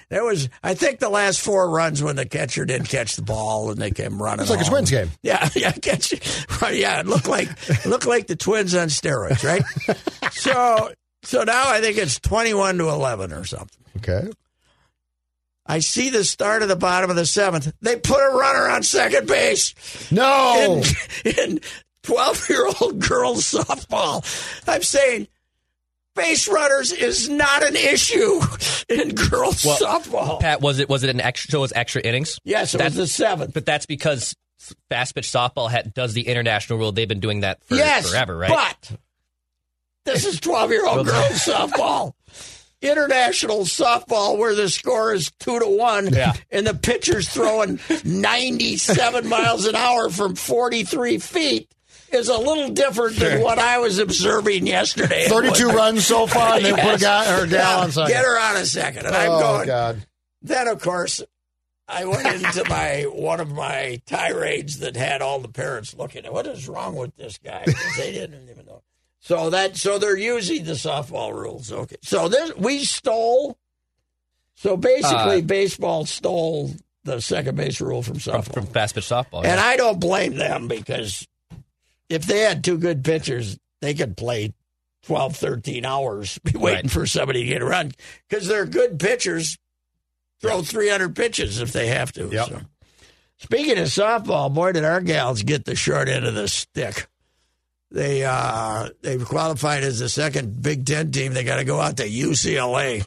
[SPEAKER 1] There was, I think, the last four runs when the catcher didn't catch the ball and they came running.
[SPEAKER 2] It's like a
[SPEAKER 1] home.
[SPEAKER 2] Twins game.
[SPEAKER 1] Yeah, [laughs] yeah, catch, right, yeah. It looked like it looked like the Twins on steroids,
[SPEAKER 3] [laughs]
[SPEAKER 1] right? so, so now I think it's twenty-one to eleven or something.
[SPEAKER 2] Okay.
[SPEAKER 1] I see the start of the bottom of the seventh. They put a runner on second base
[SPEAKER 2] No.
[SPEAKER 3] Oh.
[SPEAKER 1] in, in 12 year old girls softball. I'm saying base runners is not an issue in girls
[SPEAKER 3] Well,
[SPEAKER 1] softball.
[SPEAKER 3] Pat, was it was it an extra? So it was extra innings.
[SPEAKER 1] yes, it
[SPEAKER 3] That's-
[SPEAKER 1] was the seventh.
[SPEAKER 3] But that's because fast pitch softball ha- does the international rule. They've been doing that for
[SPEAKER 1] yes,
[SPEAKER 3] forever, right?
[SPEAKER 1] But this is 12 year old girls
[SPEAKER 3] [laughs]
[SPEAKER 1] softball. International softball, where the score is two to one,
[SPEAKER 3] Yeah.
[SPEAKER 1] and the pitcher's throwing 97 miles an hour from 43 feet, is a little different than what I was observing yesterday. [laughs]
[SPEAKER 2] Thirty-two runs so far, and they put a guy or a
[SPEAKER 1] Yeah,
[SPEAKER 2] gal on second.
[SPEAKER 1] Get her on a second. And I'm
[SPEAKER 2] oh
[SPEAKER 1] going.
[SPEAKER 2] God.
[SPEAKER 1] Then, of course, I went into my one of my tirades that had all the parents looking at what is wrong with this guy 'Cause they didn't even know. So that so they're using the softball rules. Okay, so this we stole. So basically,
[SPEAKER 3] Uh.
[SPEAKER 1] baseball stole the second base rule from
[SPEAKER 3] From,
[SPEAKER 1] softball,
[SPEAKER 3] from fast pitch softball.
[SPEAKER 1] and
[SPEAKER 3] Oh, yeah.
[SPEAKER 1] I don't blame them because if they had two good pitchers, they could play 12, 13 hours, be waiting
[SPEAKER 3] Right.
[SPEAKER 1] for somebody to get around because they're good pitchers. Throw 300 pitches if they have to.
[SPEAKER 2] Yep.
[SPEAKER 1] so. Speaking of softball, boy, did our gals get the short end of the stick. They uh, they've qualified as the second Big Ten team. They got to go out to UCLA,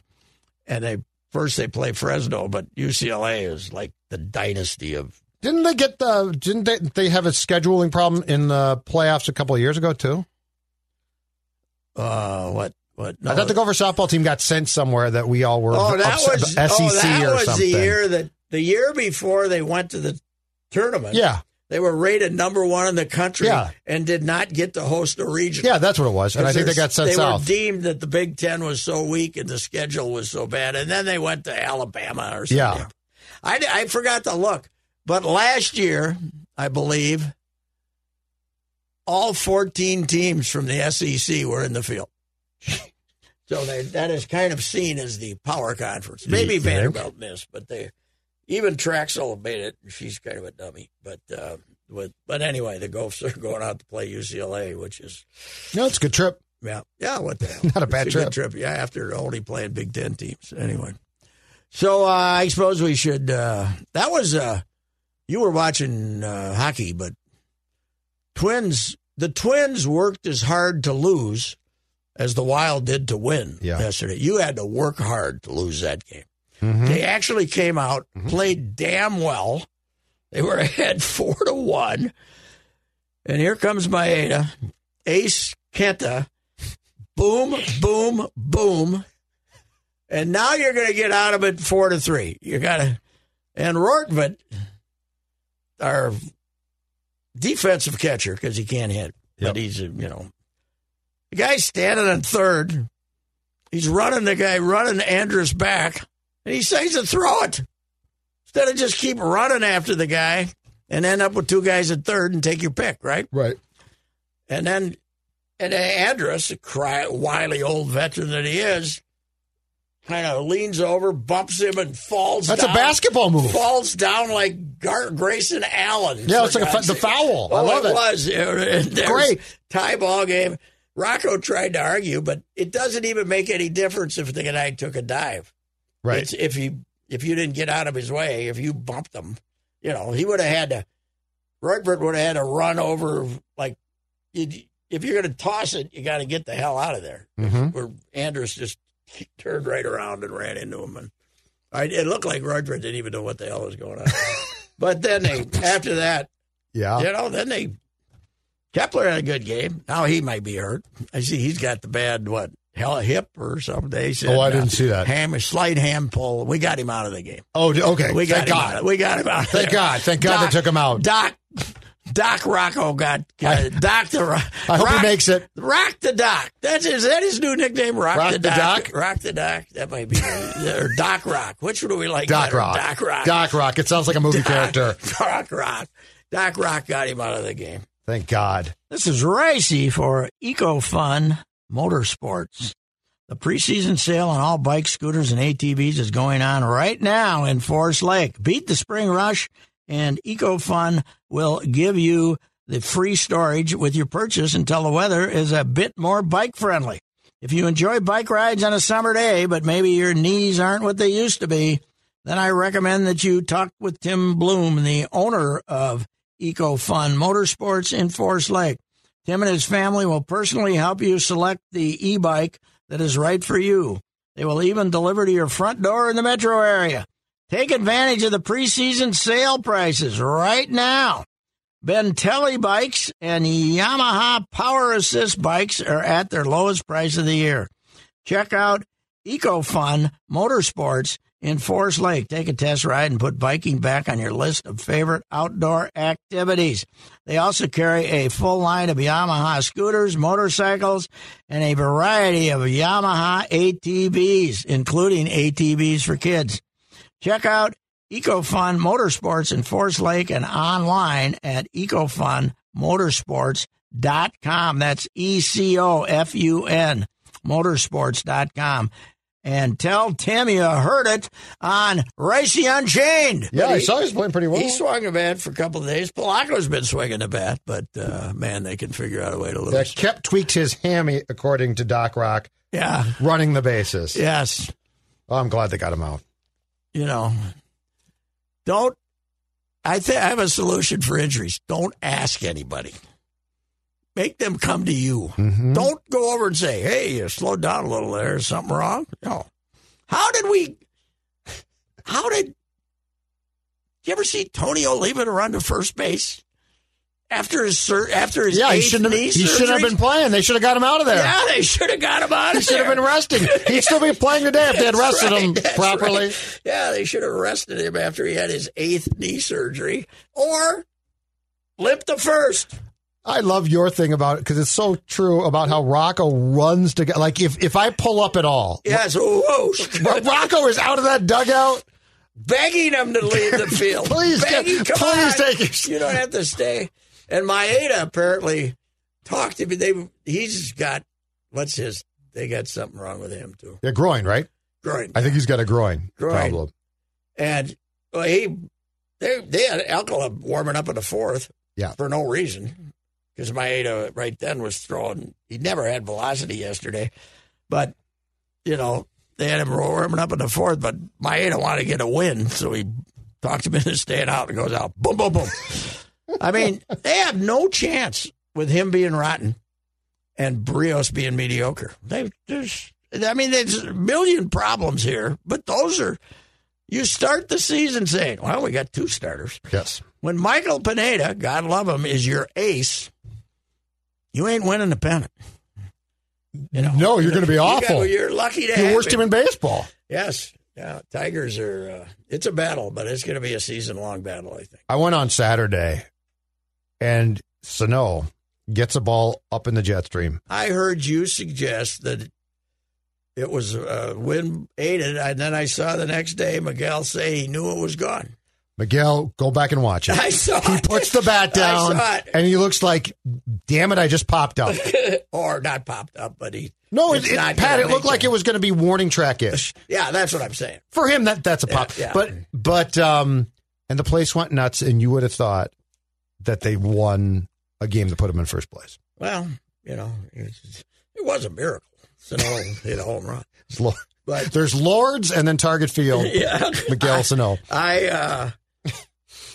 [SPEAKER 1] and they first they play Fresno, but UCLA is like the dynasty of
[SPEAKER 2] Didn't they get the? Didn't they? They have a scheduling problem in the playoffs a couple of years ago too.
[SPEAKER 1] uh, what what?
[SPEAKER 2] I thought the Gopher softball team got sent somewhere that we all were
[SPEAKER 1] oh, that
[SPEAKER 2] upset
[SPEAKER 1] was
[SPEAKER 2] about SEC
[SPEAKER 1] oh, that
[SPEAKER 2] or
[SPEAKER 1] was
[SPEAKER 2] something.
[SPEAKER 1] the year that the year before they went to the tournament.
[SPEAKER 2] Yeah,
[SPEAKER 1] they were rated number one in the country.
[SPEAKER 2] Yeah.
[SPEAKER 1] and did not get to host a regional.
[SPEAKER 2] yeah, that's what it was, and I think they
[SPEAKER 1] Because
[SPEAKER 2] got sent
[SPEAKER 1] they
[SPEAKER 2] south.
[SPEAKER 1] were deemed that the Big Ten was so weak and the schedule was so bad, and then they went to Alabama or something.
[SPEAKER 2] Yeah.
[SPEAKER 1] I, I forgot to look, but last year, I believe, all 14 teams from the SEC were in the field. [laughs] so they, that is kind of seen as the power conference. Maybe
[SPEAKER 2] You think?
[SPEAKER 1] Vanderbilt missed, but they even Traxel made it, and she's kind of a dummy. But uh, with, but anyway, the Gophers are [laughs] going out to play UCLA, which is
[SPEAKER 2] no, it's a good trip.
[SPEAKER 1] yeah. Yeah, what
[SPEAKER 2] [laughs]
[SPEAKER 1] the hell?
[SPEAKER 2] Not a bad
[SPEAKER 1] It's good trip. Yeah, after only playing Big Ten teams. Anyway. So uh, I suppose we should. Uh, that was. Uh, you were watching uh, hockey, but Twins. The Twins worked as hard to lose as the Wild did to win
[SPEAKER 2] Yeah.
[SPEAKER 1] yesterday. You had to work hard to lose that game.
[SPEAKER 2] Mhm.
[SPEAKER 1] They actually came out, played damn well. They were [laughs] ahead four to one. And here comes Maeda. Ace Kenta. Boom, boom, boom. And now you're gonna get out of it four to three. You gotta and Rortman, our defensive catcher, because he can't hit.
[SPEAKER 2] Yep.
[SPEAKER 1] But he's a, you know the guy's standing in third. He's running the guy running Andrus back. And he says to throw it. Instead of just keep running after the guy and end up with two guys at third and take your pick, right?
[SPEAKER 2] Right.
[SPEAKER 1] And then, and then Andrus, a cry, wily old veteran that he is, kind of leans over, bumps him, and falls.
[SPEAKER 2] That's
[SPEAKER 1] down,
[SPEAKER 2] a basketball move.
[SPEAKER 1] Falls down like Gar- Grayson Allen.
[SPEAKER 2] Yeah,
[SPEAKER 1] for
[SPEAKER 2] it's like a
[SPEAKER 1] God's
[SPEAKER 2] fa- the
[SPEAKER 1] sake.
[SPEAKER 2] foul. I
[SPEAKER 1] Oh,
[SPEAKER 2] love
[SPEAKER 1] it.
[SPEAKER 2] it.
[SPEAKER 1] Was [laughs] It was
[SPEAKER 2] Great.
[SPEAKER 1] tie ball game. Rocco tried to argue, but it doesn't even make any difference if the guy took a dive.
[SPEAKER 2] Right.
[SPEAKER 1] It's if he if you didn't get out of his way, if you bumped him, you know, he would have had to. Rutgers would have had to run over like, you, if you're going to toss it, you got to get the hell out of there.
[SPEAKER 2] Mhm.
[SPEAKER 1] Where Anders just [laughs] turned right around and ran into him, and I, it looked like Rutgers didn't even know what the hell was going on. but then they after that,
[SPEAKER 2] Yeah.
[SPEAKER 1] you know, then they Kepler had a good game. Now he might be hurt. I see he's got the bad what hell hip or something. They said,
[SPEAKER 2] Oh, I
[SPEAKER 1] uh,
[SPEAKER 2] didn't see that.
[SPEAKER 1] Ham, slight ham pull. We got him out of the game.
[SPEAKER 2] Oh, d- okay.
[SPEAKER 1] We got
[SPEAKER 2] Thank
[SPEAKER 1] him out.
[SPEAKER 2] God.
[SPEAKER 1] of- We got him out. of
[SPEAKER 2] Thank
[SPEAKER 1] there.
[SPEAKER 2] God. Thank God
[SPEAKER 1] Doc-
[SPEAKER 2] they took him out.
[SPEAKER 1] Doc. Doc Rocco got uh, Doctor. I
[SPEAKER 2] I hope he makes it.
[SPEAKER 1] Rock the Doc. That's his. That his new nickname. Rock,
[SPEAKER 2] Rock
[SPEAKER 1] the,
[SPEAKER 2] the
[SPEAKER 1] doc.
[SPEAKER 2] Doc?
[SPEAKER 1] Rock the Doc. That might be or Doc Rock. Which one do we like?
[SPEAKER 2] Doc
[SPEAKER 1] better?
[SPEAKER 2] Rock.
[SPEAKER 1] Doc Rock.
[SPEAKER 2] Doc Rock. It sounds like a movie character.
[SPEAKER 1] [laughs] Doc Rock. Doc Rock got him out of the game.
[SPEAKER 2] Thank God.
[SPEAKER 1] This is Ricey for EcoFun Motorsports. The preseason sale on all bikes, scooters, and ATVs is going on right now in Forest Lake. Beat the spring rush, and EcoFun will give you the free storage with your purchase until the weather is a bit more bike friendly. If you enjoy bike rides on a summer day, but maybe your knees aren't what they used to be, then I recommend that you talk with Tim Bloom, the owner of EcoFun Motorsports in Forest Lake. Tim and his family will personally help you select the e bike that is right for you. They will even deliver to your front door in the metro area. Take advantage of the preseason sale prices right now. Bentelli bikes and Yamaha Power Assist bikes are at their lowest price of the year. Check out EcoFun Motorsports in Forest Lake. Take a test ride and put biking back on your list of favorite outdoor activities. They also carry a full line of Yamaha scooters, motorcycles, and a variety of Yamaha ATVs, including ATVs for kids. Check out EcoFun Motorsports in Forest Lake and online at EcoFunMotorsports.com. That's E C O F U N Motorsports.com. And tell Tim you heard it on Racing Unchained.
[SPEAKER 2] Yeah, I saw he was playing pretty well.
[SPEAKER 1] He swung the bat for a couple of days. Polacco's been swinging the bat, but uh, man, they can figure out a way to lose.
[SPEAKER 2] That kept tweaked his hammy, according to Doc Rock,
[SPEAKER 1] yeah.
[SPEAKER 2] running the bases.
[SPEAKER 1] Yes.
[SPEAKER 2] Oh, I'm glad they got him out.
[SPEAKER 1] you know, don't. I think I have a solution for injuries. Don't ask anybody. Make them come to you.
[SPEAKER 2] Mm-hmm.
[SPEAKER 1] Don't go over and say, "Hey, you slowed down a little there. Is something wrong?" No. How did we? How did? You ever see Tony Oliva run to first base after his sur- after his
[SPEAKER 2] Yeah, he
[SPEAKER 1] eighth
[SPEAKER 2] shouldn't have.
[SPEAKER 1] knee
[SPEAKER 2] He shouldn't have
[SPEAKER 1] surgery?
[SPEAKER 2] been playing. They should have got him out of there.
[SPEAKER 1] Yeah, they should have got him out.
[SPEAKER 2] He
[SPEAKER 1] of
[SPEAKER 2] should have
[SPEAKER 1] there.
[SPEAKER 2] been
[SPEAKER 1] [laughs]
[SPEAKER 2] resting. He'd still be playing today if they had
[SPEAKER 1] That's
[SPEAKER 2] rested
[SPEAKER 1] right,
[SPEAKER 2] him
[SPEAKER 1] that's
[SPEAKER 2] properly.
[SPEAKER 1] right. Yeah, they should have arrested him after he had his eighth knee surgery or limp the first.
[SPEAKER 2] I love your thing about it because it's so true about how Rocco runs to get. Like if if I pull up at all,
[SPEAKER 1] Yes, whoa,
[SPEAKER 2] Ro- Rocco is out of that dugout.
[SPEAKER 1] begging him to leave
[SPEAKER 2] [laughs]
[SPEAKER 1] the field.
[SPEAKER 2] Please get-
[SPEAKER 1] begging, come
[SPEAKER 2] please
[SPEAKER 1] on,
[SPEAKER 2] take your-
[SPEAKER 1] You don't have to stay. And Maeda apparently talked to me. They he's got what's his? They got something wrong with him too.
[SPEAKER 2] Yeah, groin, right?
[SPEAKER 1] Groin.
[SPEAKER 2] I think he's got a groin,
[SPEAKER 1] Groin.
[SPEAKER 2] problem.
[SPEAKER 1] And well, he, they, they had Alcala warming up in the fourth,
[SPEAKER 2] Yeah.
[SPEAKER 1] for no reason, because Maeda right then was throwing. He never had velocity yesterday, but you know they had him warming up in the fourth. But Maeda wanted to get a win, so he talked him [laughs] into staying out and goes out. Boom, boom, boom. I mean, they have no chance with him being rotten and Brios being mediocre. They there's, I mean, there's a million problems here, but those are. You start the season saying, well, we got two starters.
[SPEAKER 2] Yes.
[SPEAKER 1] When Michael Pineda, God love him, is your ace, you ain't winning the pennant. You know,
[SPEAKER 2] No, you're going to
[SPEAKER 1] [laughs]
[SPEAKER 2] be
[SPEAKER 1] You got-
[SPEAKER 2] awful.
[SPEAKER 1] well, you're lucky to
[SPEAKER 2] You
[SPEAKER 1] have
[SPEAKER 2] worst
[SPEAKER 1] him.
[SPEAKER 2] team in baseball.
[SPEAKER 1] Yes. Yeah, Tigers are, uh, it's a battle, but it's going to be a season long battle, I think.
[SPEAKER 2] I went on Saturday, and Sano gets a ball up in the jet stream.
[SPEAKER 1] I heard you suggest that it was uh, wind aided, and then I saw the next day Miguel say he knew it was gone. [laughs]
[SPEAKER 2] Miguel, go back and watch it.
[SPEAKER 1] I saw
[SPEAKER 2] He
[SPEAKER 1] it.
[SPEAKER 2] puts the bat down,
[SPEAKER 1] I saw it.
[SPEAKER 2] and he looks like, "Damn it! I just popped
[SPEAKER 1] [laughs]
[SPEAKER 2] up."
[SPEAKER 1] or not popped up, but he.
[SPEAKER 2] No, it,
[SPEAKER 1] It's
[SPEAKER 2] it,
[SPEAKER 1] not gonna
[SPEAKER 2] Pat, it looked
[SPEAKER 1] make
[SPEAKER 2] like
[SPEAKER 1] it.
[SPEAKER 2] it was going to be warning
[SPEAKER 1] [laughs]
[SPEAKER 2] track ish
[SPEAKER 1] Yeah, that's what I'm saying.
[SPEAKER 2] for him. That that's a
[SPEAKER 1] Yeah,
[SPEAKER 2] pop.
[SPEAKER 1] yeah.
[SPEAKER 2] But but um, and the place went nuts, and you would have thought that they won a game to put them in first place.
[SPEAKER 1] Well, you know, it's, it was a miracle. Sano hit a home run,
[SPEAKER 2] It's Lo-
[SPEAKER 1] but
[SPEAKER 2] There's Lords and then Target Field.
[SPEAKER 1] [laughs] yeah,
[SPEAKER 2] Miguel Sano.
[SPEAKER 1] I uh,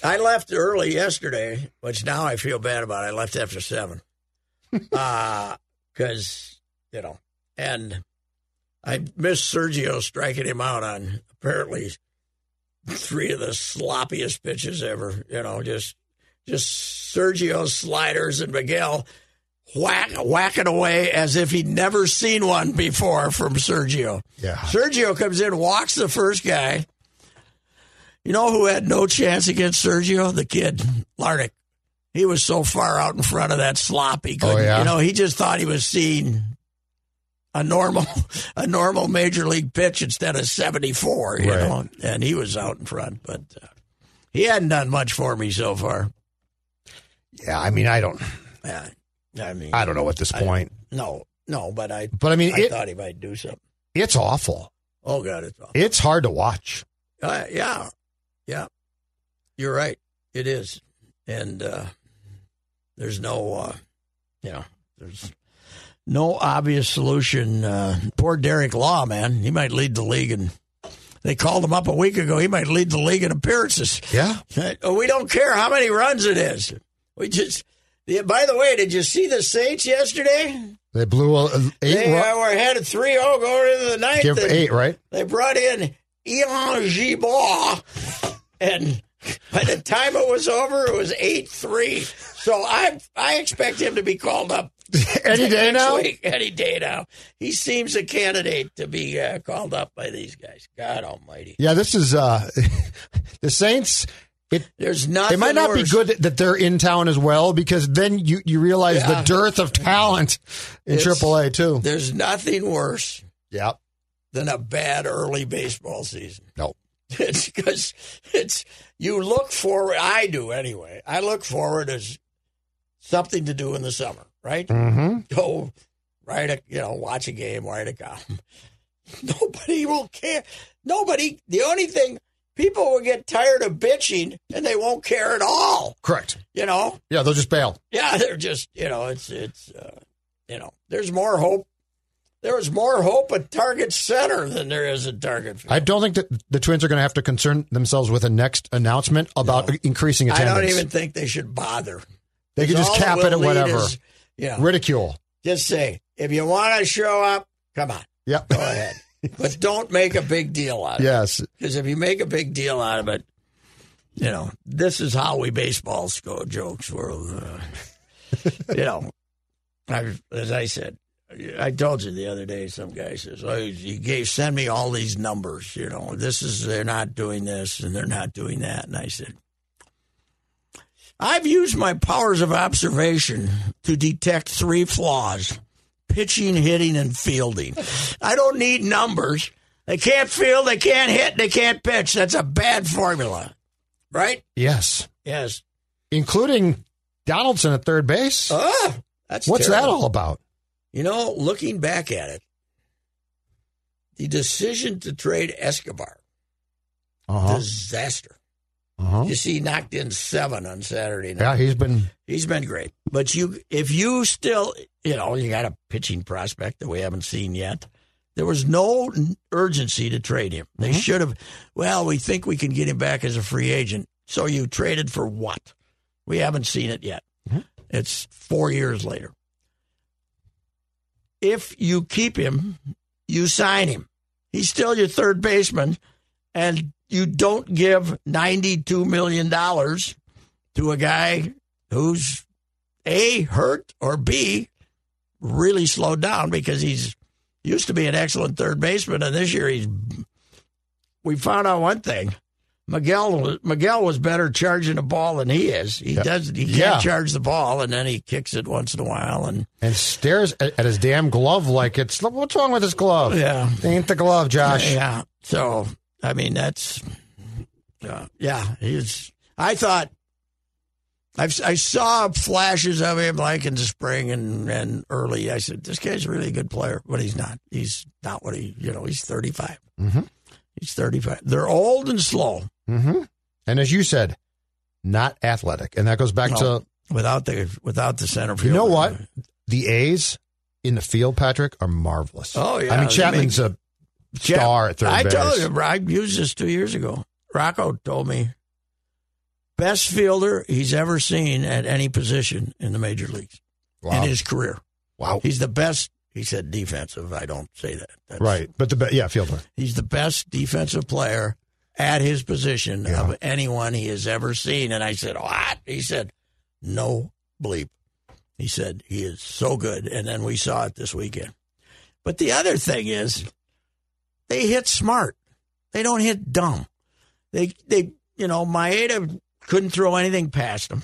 [SPEAKER 1] I left early yesterday, which now I feel bad about. I left after seven, because you know, and I missed Sergio striking him out on apparently three of the sloppiest pitches ever. You know, just just Sergio sliders and Miguel. Whack, whacking away as if he'd never seen one before from Sergio.
[SPEAKER 2] Yeah.
[SPEAKER 1] Sergio comes in, walks the first guy. You know who had no chance against Sergio? The kid, Larnick. He was so far out in front of that slop he couldn't.
[SPEAKER 2] Oh, yeah?
[SPEAKER 1] You know, he just thought he was seeing a normal, [laughs] a normal major league pitch instead of seventy four. You
[SPEAKER 2] Right.
[SPEAKER 1] know, and he was out in front, but uh, he hadn't done much for me so far.
[SPEAKER 2] Yeah, I mean, I don't,
[SPEAKER 1] Yeah, I mean,
[SPEAKER 2] I don't know at this point.
[SPEAKER 1] no, No, but I,
[SPEAKER 2] But I mean,
[SPEAKER 1] I
[SPEAKER 2] it,
[SPEAKER 1] thought he might do something.
[SPEAKER 2] it's awful.
[SPEAKER 1] Oh God, it's awful.
[SPEAKER 2] It's hard to watch.
[SPEAKER 1] Uh, yeah, yeah. You're right. It is, and uh, there's no, uh, you know, there's no obvious solution. Uh, poor Derek Law, man. He might lead the league, and they called him up a week ago. He might lead the league in appearances. [laughs]
[SPEAKER 2] Yeah.
[SPEAKER 1] Uh, We don't care how many runs it is. We just. Yeah, by the way, did you see the Saints yesterday?
[SPEAKER 2] They blew a, eight,
[SPEAKER 1] They
[SPEAKER 2] ru-
[SPEAKER 1] uh, were ahead 3 0 going into the ninth.
[SPEAKER 2] give
[SPEAKER 1] and-
[SPEAKER 2] eight, right?
[SPEAKER 1] they brought in Elon Gibor, and by the time it was over, it was eight three. So I I expect him to be called up
[SPEAKER 2] [laughs] Any day
[SPEAKER 1] next
[SPEAKER 2] now.
[SPEAKER 1] week, any day now. He seems a candidate to be uh, called up by these guys. God Almighty,
[SPEAKER 2] Yeah, this is uh [laughs] the Saints. It
[SPEAKER 1] there's nothing.
[SPEAKER 2] it might not be
[SPEAKER 1] worse.
[SPEAKER 2] good that they're in town as well because then you you realize
[SPEAKER 1] Yeah.
[SPEAKER 2] the dearth of talent in
[SPEAKER 1] It's-
[SPEAKER 2] AAA too.
[SPEAKER 1] There's nothing worse
[SPEAKER 2] Yeah,
[SPEAKER 1] than a bad early baseball season.
[SPEAKER 2] no,
[SPEAKER 1] [laughs] It's because it's you look forward. I do anyway. I look forward as something to do in the summer, right?
[SPEAKER 2] mm-hmm.
[SPEAKER 1] go write a you know watch a game write a column [laughs] nobody will care nobody the only thing people will get tired of bitching and they won't care at all
[SPEAKER 2] correct.
[SPEAKER 1] you know
[SPEAKER 2] Yeah, they'll just bail.
[SPEAKER 1] yeah [laughs] they're just you know it's it's uh, you know there's more hope there is more hope at target center than there is at target field.
[SPEAKER 2] I don't think that the Twins are going to have to concern themselves with a next announcement about increasing
[SPEAKER 1] I
[SPEAKER 2] attendance.
[SPEAKER 1] don't even think they should bother
[SPEAKER 2] they could just
[SPEAKER 1] All
[SPEAKER 2] cap
[SPEAKER 1] will
[SPEAKER 2] it at
[SPEAKER 1] lead
[SPEAKER 2] whatever
[SPEAKER 1] is- yeah
[SPEAKER 2] ridicule.
[SPEAKER 1] just say if you want to show up come on [laughs]
[SPEAKER 2] Yep.
[SPEAKER 1] go
[SPEAKER 2] [laughs]
[SPEAKER 1] ahead but don't make a big deal out of it
[SPEAKER 2] yes.
[SPEAKER 1] Because if you make a big deal out of it, you know, this is how we baseballs go jokes were, uh, [laughs] you know, I, as I said, I told you the other day, some guy says, oh, you gave, send me all these numbers, you know, this is, they're not doing this and they're not doing that. And I said, I've used my powers of observation to detect three flaws pitching, hitting, and fielding. I don't need numbers. They can't field, they can't hit, they can't pitch. That's a bad formula, right?
[SPEAKER 2] Yes.
[SPEAKER 1] Yes.
[SPEAKER 2] Including Donaldson at third base.
[SPEAKER 1] Oh, that's
[SPEAKER 2] What's that
[SPEAKER 1] terrible.
[SPEAKER 2] all about?
[SPEAKER 1] You know, looking back at it, the decision to trade Escobar
[SPEAKER 2] Uh-huh.
[SPEAKER 1] disaster.
[SPEAKER 2] Uh-huh.
[SPEAKER 1] You see, he knocked in seven on Saturday night.
[SPEAKER 2] Yeah, he's been
[SPEAKER 1] He's been great. But you, if you still, you know, you got a pitching prospect that we haven't seen yet. There was no n- urgency to trade him. They should have. Well, we think we can get him back as a free agent. So you traded for what? We haven't seen it yet. It's four years later. If you keep him, you sign him. He's still your third baseman, and you don't give $92 million to a guy who's A, hurt, or B, really slowed down because he's used to be an excellent third baseman, and this year he's. We found out one thing. Miguel was- Miguel was better charging the ball than he is. He does he can't
[SPEAKER 2] Yeah.
[SPEAKER 1] charge the ball and then he kicks it once in a while and
[SPEAKER 2] and stares at, at his damn glove like it's what's wrong with his glove?
[SPEAKER 1] yeah.
[SPEAKER 2] It ain't the glove, Josh.
[SPEAKER 1] Yeah. So I mean, that's uh, yeah. He's. I thought. I've, I saw flashes of him like in the spring and, and early. I said, this guy's a really good player, but he's not. He's not what he, you know, he's 35.
[SPEAKER 2] Mhm.
[SPEAKER 1] He's 35. They're old and slow
[SPEAKER 2] hmm And as you said, not athletic, and that goes back to
[SPEAKER 1] without the without the center field.
[SPEAKER 2] you know what the A's in the field, Patrick, are marvelous.
[SPEAKER 1] Oh, yeah.
[SPEAKER 2] I mean
[SPEAKER 1] They
[SPEAKER 2] Chapman's a star at third
[SPEAKER 1] I
[SPEAKER 2] base.
[SPEAKER 1] told you, I used this two years ago. Rocco told me best fielder he's ever seen at any position in the major leagues
[SPEAKER 2] wow,
[SPEAKER 1] in his career.
[SPEAKER 2] wow,
[SPEAKER 1] He's the best. He said defensive. I don't say that. That's,
[SPEAKER 2] right? But the be- yeah, fielder.
[SPEAKER 1] He's the best defensive player at his position
[SPEAKER 2] Yeah.
[SPEAKER 1] of anyone he has ever seen. And I said, What? He said, No bleep. He said, He is so good. And then we saw it this weekend. But the other thing is, they hit smart. They don't hit dumb. They, they, you know, Maeda couldn't throw anything past him.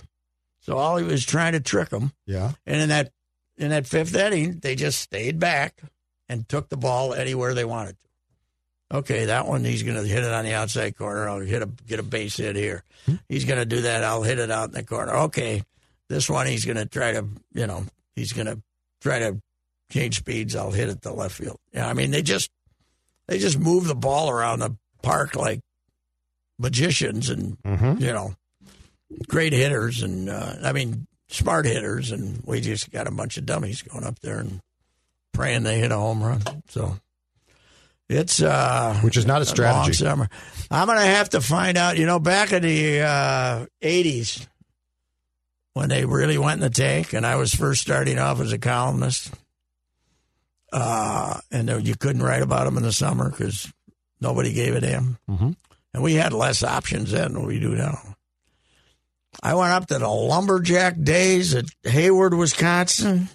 [SPEAKER 1] So all he was trying to trick him.
[SPEAKER 2] Yeah,
[SPEAKER 1] And in that in that fifth inning, they just stayed back and took the ball anywhere they wanted to. Okay, that one he's going to hit it on the outside corner. I'll hit a get a base hit here. He's going to do that. I'll hit it out in the corner. Okay, this one he's going to try to you know he's going to try to change speeds, I'll hit it to left field. Yeah, I mean they just they just move the ball around the park like magicians and you know great hitters and uh, I mean smart hitters and we just got a bunch of dummies going up there and praying they hit a home run. So it's uh
[SPEAKER 2] Which is not a strategy.
[SPEAKER 1] Long summer. I'm gonna have to find out. You know, back in the uh, '80s, when they really went in the tank, and I was first starting off as a columnist, uh, and there- you couldn't write about them in the summer because nobody gave a damn. Mm-hmm. And we had less options then than we do now. I went up to the lumberjack days at Hayward, Wisconsin.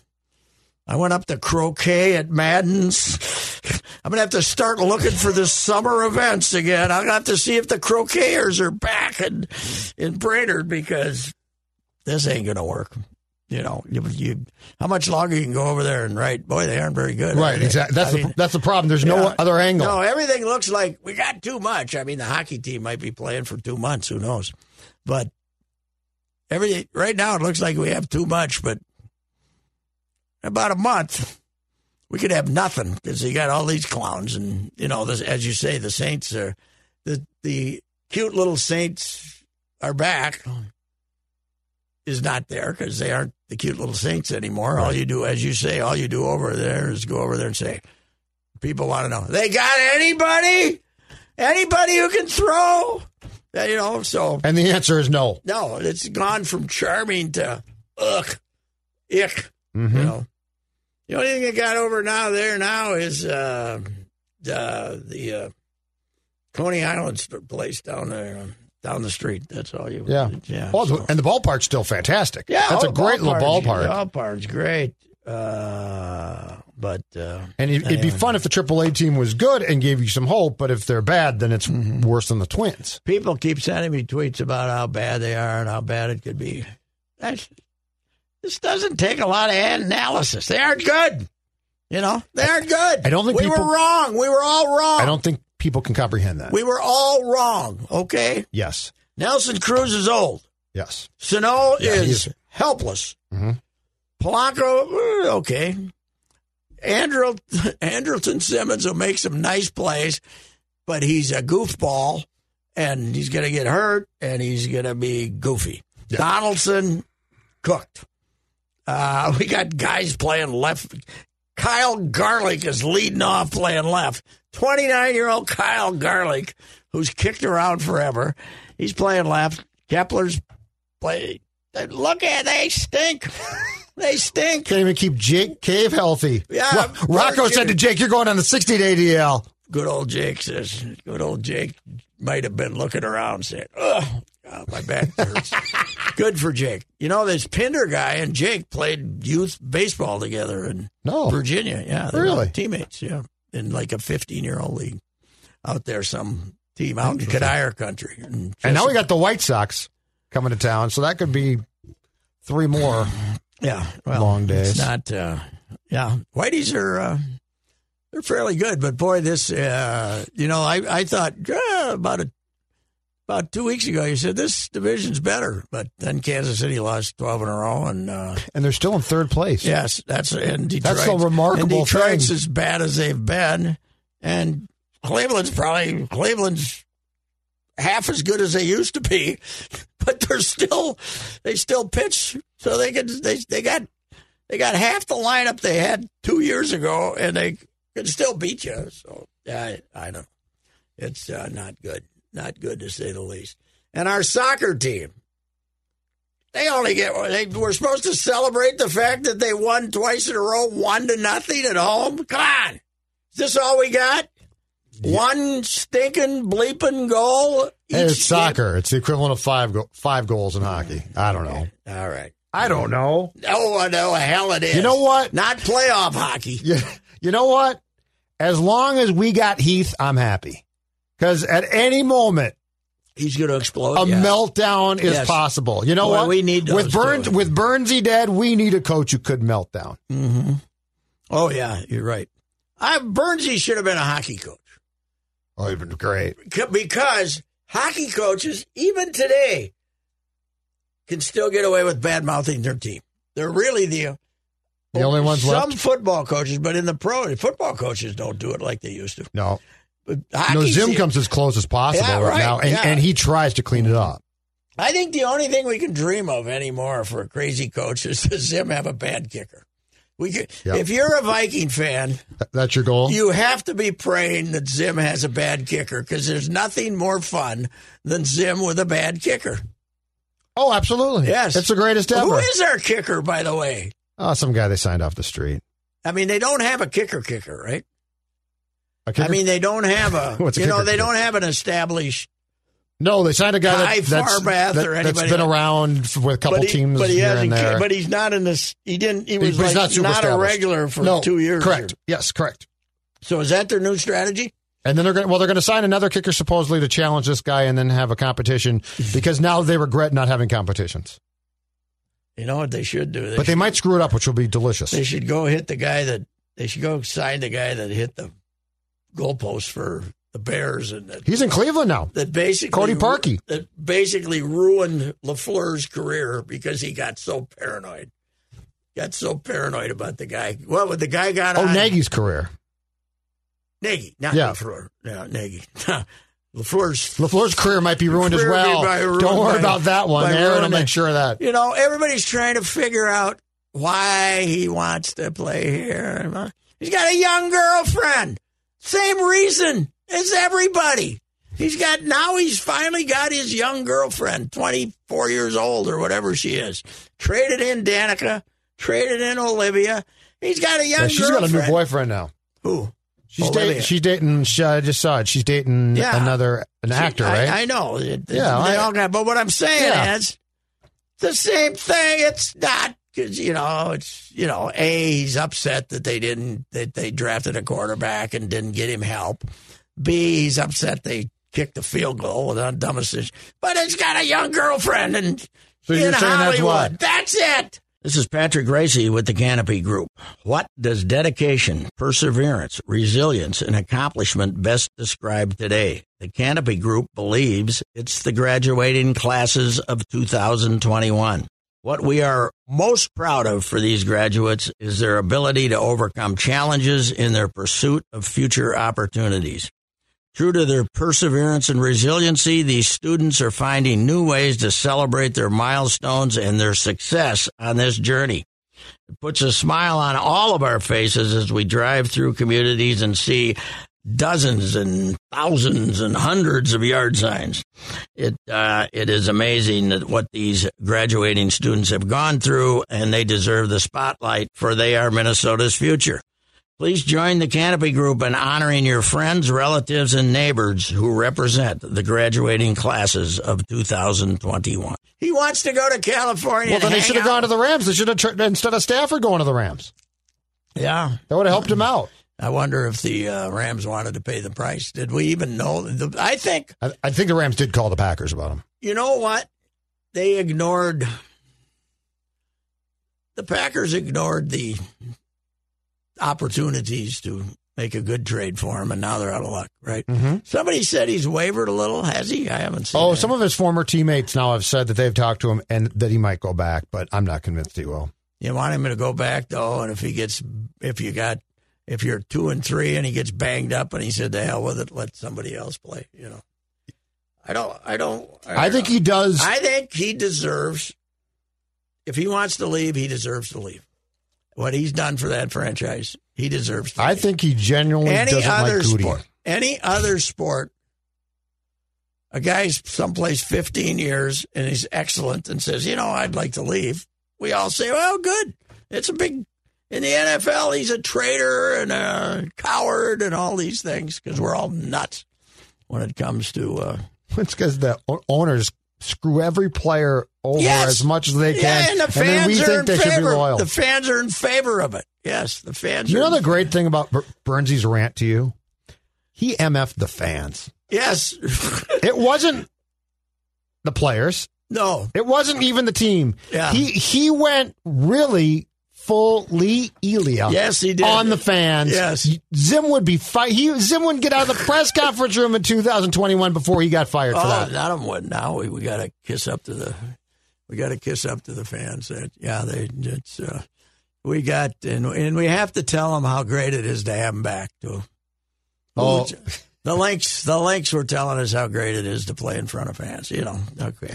[SPEAKER 1] I went up to croquet at Madden's. I'm gonna have to start looking for the summer events again. I'll have to see if the croqueters are back in in Brainerd because this ain't gonna work. You know, you, you how much longer you can go over there and write? Boy, they aren't very good. are
[SPEAKER 2] Right,
[SPEAKER 1] they?
[SPEAKER 2] exactly.
[SPEAKER 1] I
[SPEAKER 2] That's the
[SPEAKER 1] mean,
[SPEAKER 2] that's the problem. There's no
[SPEAKER 1] yeah.
[SPEAKER 2] other angle.
[SPEAKER 1] No, everything looks like we got too much. I mean, the hockey team might be playing for two months. Who knows? But every right now, it looks like we have too much. But in about a month, we could have nothing because you got all these clowns, and you know, this, as you say, the Saints are the the cute little Saints are back. Is not there because they aren't the cute little saints anymore. All you do, as you say, all you do over there is go over there and say, People want to know. They got anybody? Anybody who can throw? Uh, You know, so
[SPEAKER 2] And the answer is no.
[SPEAKER 1] no, it's gone from charming to ugh, ick.
[SPEAKER 2] Mm-hmm.
[SPEAKER 1] You know, the only thing that got over now there now is uh, uh, the uh, Coney Island st- place down there, um, down the street. That's all you.
[SPEAKER 2] Yeah.
[SPEAKER 1] yeah.
[SPEAKER 2] Oh,
[SPEAKER 1] so-
[SPEAKER 2] and the ballpark's still fantastic.
[SPEAKER 1] yeah,
[SPEAKER 2] that's
[SPEAKER 1] oh,
[SPEAKER 2] a great little ballpark.
[SPEAKER 1] Ballpark's great, uh, but uh,
[SPEAKER 2] And it, it'd be
[SPEAKER 1] Anyway.
[SPEAKER 2] fun if the AAA team was good and gave you some hope, but if they're bad, then it's
[SPEAKER 1] Mm-hmm.
[SPEAKER 2] worse than the Twins.
[SPEAKER 1] people keep sending me tweets about how bad they are and how bad it could be. That's, this doesn't take a lot of analysis. They aren't good. You know, they aren't good.
[SPEAKER 2] I don't think
[SPEAKER 1] we
[SPEAKER 2] people-
[SPEAKER 1] were wrong. We were all wrong.
[SPEAKER 2] I don't think people can comprehend that.
[SPEAKER 1] We were all wrong. Okay,
[SPEAKER 2] yes,
[SPEAKER 1] Nelson Cruz is old.
[SPEAKER 2] yes.
[SPEAKER 1] Sano
[SPEAKER 2] Yeah,
[SPEAKER 1] is
[SPEAKER 2] he's-
[SPEAKER 1] helpless.
[SPEAKER 2] Mhm.
[SPEAKER 1] Polanco, eh, okay. Andrew, [laughs] Andrelton Simmons will make some nice plays, but he's a goofball, and he's going to get hurt, and he's going to be goofy. Donaldson, cooked. Uh, [laughs] we got guys playing left. Kyle Garlick is leading off playing left. 29 year old Kyle Garlick, who's kicked around forever, he's playing left. Kepler's play. Look at they stink. [laughs] they stink.
[SPEAKER 2] Can't even keep Jake Cave healthy.
[SPEAKER 1] Yeah,
[SPEAKER 2] Ro- Rocco
[SPEAKER 1] Jake-
[SPEAKER 2] said to Jake, "You're going on the 60 day DL."
[SPEAKER 1] Good old Jake says. Good old Jake might have been looking around saying, "Oh, God, my back hurts." Good for Jake. You know this Pinder guy and Jake played youth baseball together in
[SPEAKER 2] No.
[SPEAKER 1] Virginia. Yeah, they
[SPEAKER 2] Oh. Really?
[SPEAKER 1] were teammates. Yeah, in like a 15 year old league out there, some team out in Kadire country. And,
[SPEAKER 2] And now
[SPEAKER 1] just-
[SPEAKER 2] we got the White Sox coming to town, so that could be
[SPEAKER 1] [sighs]
[SPEAKER 2] three more.
[SPEAKER 1] Yeah, well,
[SPEAKER 2] Long days.
[SPEAKER 1] It's not. Uh, yeah, Whiteys are uh, they're fairly good, but boy, this uh, you know, I I thought "Ah, about a, about two weeks ago you said this division's better, but then Kansas City lost twelve in a row, and uh,
[SPEAKER 2] And they're still in third place.
[SPEAKER 1] yes, that's and Detroit.
[SPEAKER 2] a remarkable
[SPEAKER 1] And Detroit's
[SPEAKER 2] thing.
[SPEAKER 1] as bad as they've been, and Cleveland's probably Cleveland's half as good as they used to be, [laughs] but they're still they still pitch, so they can they they got they got half the lineup they had two years ago, and they can still beat you. So I I don't. It's uh, not good, not good to say the least. And our soccer team, they only get. They we're supposed to celebrate the fact that they won twice in a row, one to nothing at home. Come on, is this all we got? One stinking bleeping goal. each
[SPEAKER 2] And it's
[SPEAKER 1] game?
[SPEAKER 2] soccer. It's the equivalent of five go- five goals in hockey. I don't know.
[SPEAKER 1] All right.
[SPEAKER 2] I don't know.
[SPEAKER 1] Oh no, hell it is.
[SPEAKER 2] You know what?
[SPEAKER 1] Not playoff hockey.
[SPEAKER 2] you, you know what? As long as we got Heath, I'm happy. Because at any moment,
[SPEAKER 1] He's going to explode.
[SPEAKER 2] a
[SPEAKER 1] yeah.
[SPEAKER 2] meltdown is
[SPEAKER 1] Yes.
[SPEAKER 2] possible. You know
[SPEAKER 1] Boy,
[SPEAKER 2] what?
[SPEAKER 1] we need those
[SPEAKER 2] with Burns
[SPEAKER 1] two.
[SPEAKER 2] with Burnsy dead. We need a coach who could melt down.
[SPEAKER 1] Oh yeah, you're right. I Bernsey should have been a hockey coach.
[SPEAKER 2] Oh, you've been great.
[SPEAKER 1] C- because hockey coaches, even today, can still get away with bad mouthing their team. They're really the
[SPEAKER 2] The only ones
[SPEAKER 1] Some
[SPEAKER 2] left.
[SPEAKER 1] football coaches, but in the pro, football coaches don't do it like they used to.
[SPEAKER 2] No,
[SPEAKER 1] But
[SPEAKER 2] no.
[SPEAKER 1] hockey's
[SPEAKER 2] Zim
[SPEAKER 1] the-
[SPEAKER 2] comes as close as possible
[SPEAKER 1] Yeah,
[SPEAKER 2] right,
[SPEAKER 1] right,
[SPEAKER 2] now, and,
[SPEAKER 1] yeah.
[SPEAKER 2] and he tries to clean it up.
[SPEAKER 1] I think the only thing we can dream of anymore for a crazy coach is to Zim have a bad kicker. We could,
[SPEAKER 2] Yeah.
[SPEAKER 1] if you're a Viking fan,
[SPEAKER 2] Th- That's your goal.
[SPEAKER 1] you have to be praying that Zim has a bad kicker because there's nothing more fun than Zim with a bad kicker.
[SPEAKER 2] oh, absolutely.
[SPEAKER 1] Yes,
[SPEAKER 2] it's the greatest ever.
[SPEAKER 1] Who is our kicker, by the way?
[SPEAKER 2] oh, some guy they signed off the street.
[SPEAKER 1] I mean, they don't have a kicker, kicker, right?
[SPEAKER 2] A kicker?
[SPEAKER 1] I mean, they don't have a,
[SPEAKER 2] [laughs] What's a
[SPEAKER 1] you know,
[SPEAKER 2] kicker,
[SPEAKER 1] they
[SPEAKER 2] kicker?
[SPEAKER 1] don't have an established.
[SPEAKER 2] no, they signed a guy
[SPEAKER 1] Ty
[SPEAKER 2] that, that's
[SPEAKER 1] Farbath
[SPEAKER 2] that,
[SPEAKER 1] or
[SPEAKER 2] has
[SPEAKER 1] anybody
[SPEAKER 2] been
[SPEAKER 1] like-
[SPEAKER 2] around f- with a couple
[SPEAKER 1] but he,
[SPEAKER 2] teams
[SPEAKER 1] but he
[SPEAKER 2] here
[SPEAKER 1] hasn't.
[SPEAKER 2] and there.
[SPEAKER 1] But he's not in this. He didn't. He
[SPEAKER 2] But
[SPEAKER 1] was
[SPEAKER 2] he's
[SPEAKER 1] like
[SPEAKER 2] not super
[SPEAKER 1] a
[SPEAKER 2] established.
[SPEAKER 1] regular for
[SPEAKER 2] no,
[SPEAKER 1] two years.
[SPEAKER 2] Correct.
[SPEAKER 1] or-
[SPEAKER 2] Yes, correct.
[SPEAKER 1] So is that their new strategy?
[SPEAKER 2] And then they're going to, well, they're going to sign another kicker supposedly to challenge this guy and then have
[SPEAKER 1] [laughs]
[SPEAKER 2] a competition because now they regret not having competitions.
[SPEAKER 1] You know what they should do? They
[SPEAKER 2] But they
[SPEAKER 1] should,
[SPEAKER 2] might screw it up, which will be delicious.
[SPEAKER 1] they should go hit the guy that they should go sign the guy that hit the goalpost for the Bears and that,
[SPEAKER 2] He's in Cleveland now.
[SPEAKER 1] that basically
[SPEAKER 2] Cody Parkey.
[SPEAKER 1] that basically ruined Lafleur's career because he got so paranoid. Got so paranoid about the guy. Well, when the guy got
[SPEAKER 2] Oh,
[SPEAKER 1] on
[SPEAKER 2] Nagy's career.
[SPEAKER 1] Nagy, not
[SPEAKER 2] Yeah.
[SPEAKER 1] Lafleur, no Nagy, [laughs] Lafleur's
[SPEAKER 2] LaFleur's career might be ruined as
[SPEAKER 1] Career
[SPEAKER 2] well.
[SPEAKER 1] by- ruined
[SPEAKER 2] Don't worry
[SPEAKER 1] by-
[SPEAKER 2] about that one.
[SPEAKER 1] by
[SPEAKER 2] Aaron will
[SPEAKER 1] ruining-
[SPEAKER 2] make sure of that.
[SPEAKER 1] you know, everybody's trying to figure out why he wants to play here. He's got a young girlfriend. Same reason as everybody. He's got now he's finally got his young girlfriend, 24 years old or whatever she is. Traded in Danica, traded in Olivia. He's got a young
[SPEAKER 2] Yeah, she's got
[SPEAKER 1] girlfriend.
[SPEAKER 2] a new boyfriend now.
[SPEAKER 1] Who?
[SPEAKER 2] She's
[SPEAKER 1] Olivia.
[SPEAKER 2] dating. She's dating. sh- I just saw it. She's dating
[SPEAKER 1] Yeah.
[SPEAKER 2] another an actor,
[SPEAKER 1] I,
[SPEAKER 2] right?
[SPEAKER 1] I know. It- it-
[SPEAKER 2] Yeah,
[SPEAKER 1] they
[SPEAKER 2] I-
[SPEAKER 1] all got. But what I'm saying
[SPEAKER 2] Yeah.
[SPEAKER 1] is, the same thing. It's not because you know it's you know a he's upset that they didn't that they drafted a quarterback and didn't get him help. B he's upset they kicked the field goal with a dumb decision. But it's got a young girlfriend and
[SPEAKER 2] So you're
[SPEAKER 1] in
[SPEAKER 2] saying that's
[SPEAKER 1] Hollywood.
[SPEAKER 2] why?
[SPEAKER 1] That's it. This is Patrick Gracie with the Canopy Group. What does dedication, perseverance, resilience, and accomplishment best describe today? The Canopy Group believes it's the graduating classes of 2021. What we are most proud of for these graduates is their ability to overcome challenges in their pursuit of future opportunities. True to their perseverance and resiliency, these students are finding new ways to celebrate their milestones and their success on this journey. It puts a smile on all of our faces as we drive through communities and see dozens and thousands and hundreds of yard signs. It uh, it is amazing that what these graduating students have gone through, and they deserve the spotlight for they are Minnesota's future. Please join the Canopy Group in honoring your friends, relatives, and neighbors who represent the graduating classes of 2021. He wants to go to California.
[SPEAKER 2] well, then
[SPEAKER 1] and
[SPEAKER 2] they
[SPEAKER 1] hang
[SPEAKER 2] should have
[SPEAKER 1] out.
[SPEAKER 2] gone to the Rams. They should have tr- instead of Stafford going to the Rams.
[SPEAKER 1] Yeah,
[SPEAKER 2] That would have helped him out.
[SPEAKER 1] I wonder if the uh, Rams wanted to pay the price. Did we even know? The, I think
[SPEAKER 2] I, I think the Rams did call the Packers about him.
[SPEAKER 1] you know what they ignored. The Packers ignored the opportunities to make a good trade for him, and now they're out of luck, right? Somebody said he's wavered a little. Has he? I haven't seen.
[SPEAKER 2] Mm-hmm. Oh,
[SPEAKER 1] that.
[SPEAKER 2] some of his former teammates now have said that they've talked to him and that he might go back, but I'm not convinced he will.
[SPEAKER 1] You want him to go back though, and if he gets, if you got, if you're two and three, and he gets banged up, and he said, "The hell with it, let somebody else play." You know, I don't, I don't,
[SPEAKER 2] I think he does.
[SPEAKER 1] I think he deserves. If he wants to leave, he deserves to leave. What he's done for that franchise, he deserves. to
[SPEAKER 2] I
[SPEAKER 1] leave.
[SPEAKER 2] think he genuinely
[SPEAKER 1] any
[SPEAKER 2] doesn't
[SPEAKER 1] other
[SPEAKER 2] like Goody.
[SPEAKER 1] sport, any other sport, a guy's someplace 15 years and he's excellent and says, you know, I'd like to leave. We all say, well, good. It's a big. In the NFL, he's a traitor and a coward and all these things because we're all nuts when it comes to. Uh,
[SPEAKER 2] [laughs] It's because the o- owners screw every player over
[SPEAKER 1] Yes.
[SPEAKER 2] as much as they can,
[SPEAKER 1] yeah, and the fans
[SPEAKER 2] then we
[SPEAKER 1] are
[SPEAKER 2] think
[SPEAKER 1] in
[SPEAKER 2] they
[SPEAKER 1] favor.
[SPEAKER 2] should be loyal.
[SPEAKER 1] The fans are in favor of it. Yes, the fans.
[SPEAKER 2] you
[SPEAKER 1] are
[SPEAKER 2] know
[SPEAKER 1] in-
[SPEAKER 2] the great thing about Bur- Burnsy's rant to you? He MF'd the fans.
[SPEAKER 1] yes, [laughs]
[SPEAKER 2] It wasn't the players.
[SPEAKER 1] no,
[SPEAKER 2] It wasn't even the team.
[SPEAKER 1] Yeah.
[SPEAKER 2] He he went really fully Elia.
[SPEAKER 1] Yes, he did.
[SPEAKER 2] on the fans.
[SPEAKER 1] Yes.
[SPEAKER 2] Zim would be fight. He Zim wouldn't get out of the
[SPEAKER 1] [laughs]
[SPEAKER 2] press conference room in 2021 before he got fired for
[SPEAKER 1] Oh,
[SPEAKER 2] that.
[SPEAKER 1] not them would. Now we, we got to kiss up to the, we got to kiss up to the fans. That yeah, they it's uh, we got, and, and we have to tell them how great it is to have them back too.
[SPEAKER 2] Oh.
[SPEAKER 1] the links, the links were telling us how great it is to play in front of fans. You know, okay.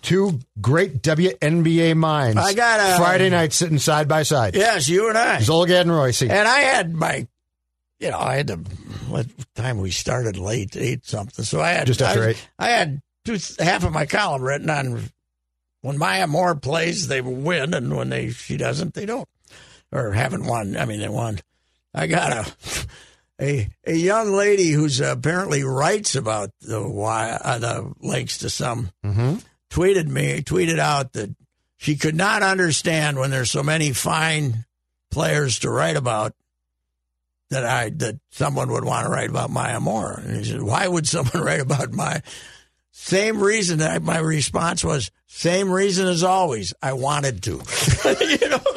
[SPEAKER 2] Two great WNBA minds.
[SPEAKER 1] I got uh, a-
[SPEAKER 2] Friday night sitting side by side.
[SPEAKER 1] Yes, you and I.
[SPEAKER 2] Zolgad and Royce.
[SPEAKER 1] And I had my, you know, I had to. What time we started late, eight something. So I had
[SPEAKER 2] Just after
[SPEAKER 1] I was-
[SPEAKER 2] eight.
[SPEAKER 1] I had two half of my column written on when Maya Moore plays, they win, and when they she doesn't, they don't, or haven't won. I mean, they won. I got a. [laughs] A, a young lady who's apparently writes about the why uh, the links to some tweeted me tweeted out that she could not understand when there's so many fine players to write about that I that someone would want to write about Maya Moore. And he said, Why would someone [laughs] write about my same reason that I, my response was same reason as always. I wanted to. [laughs] you know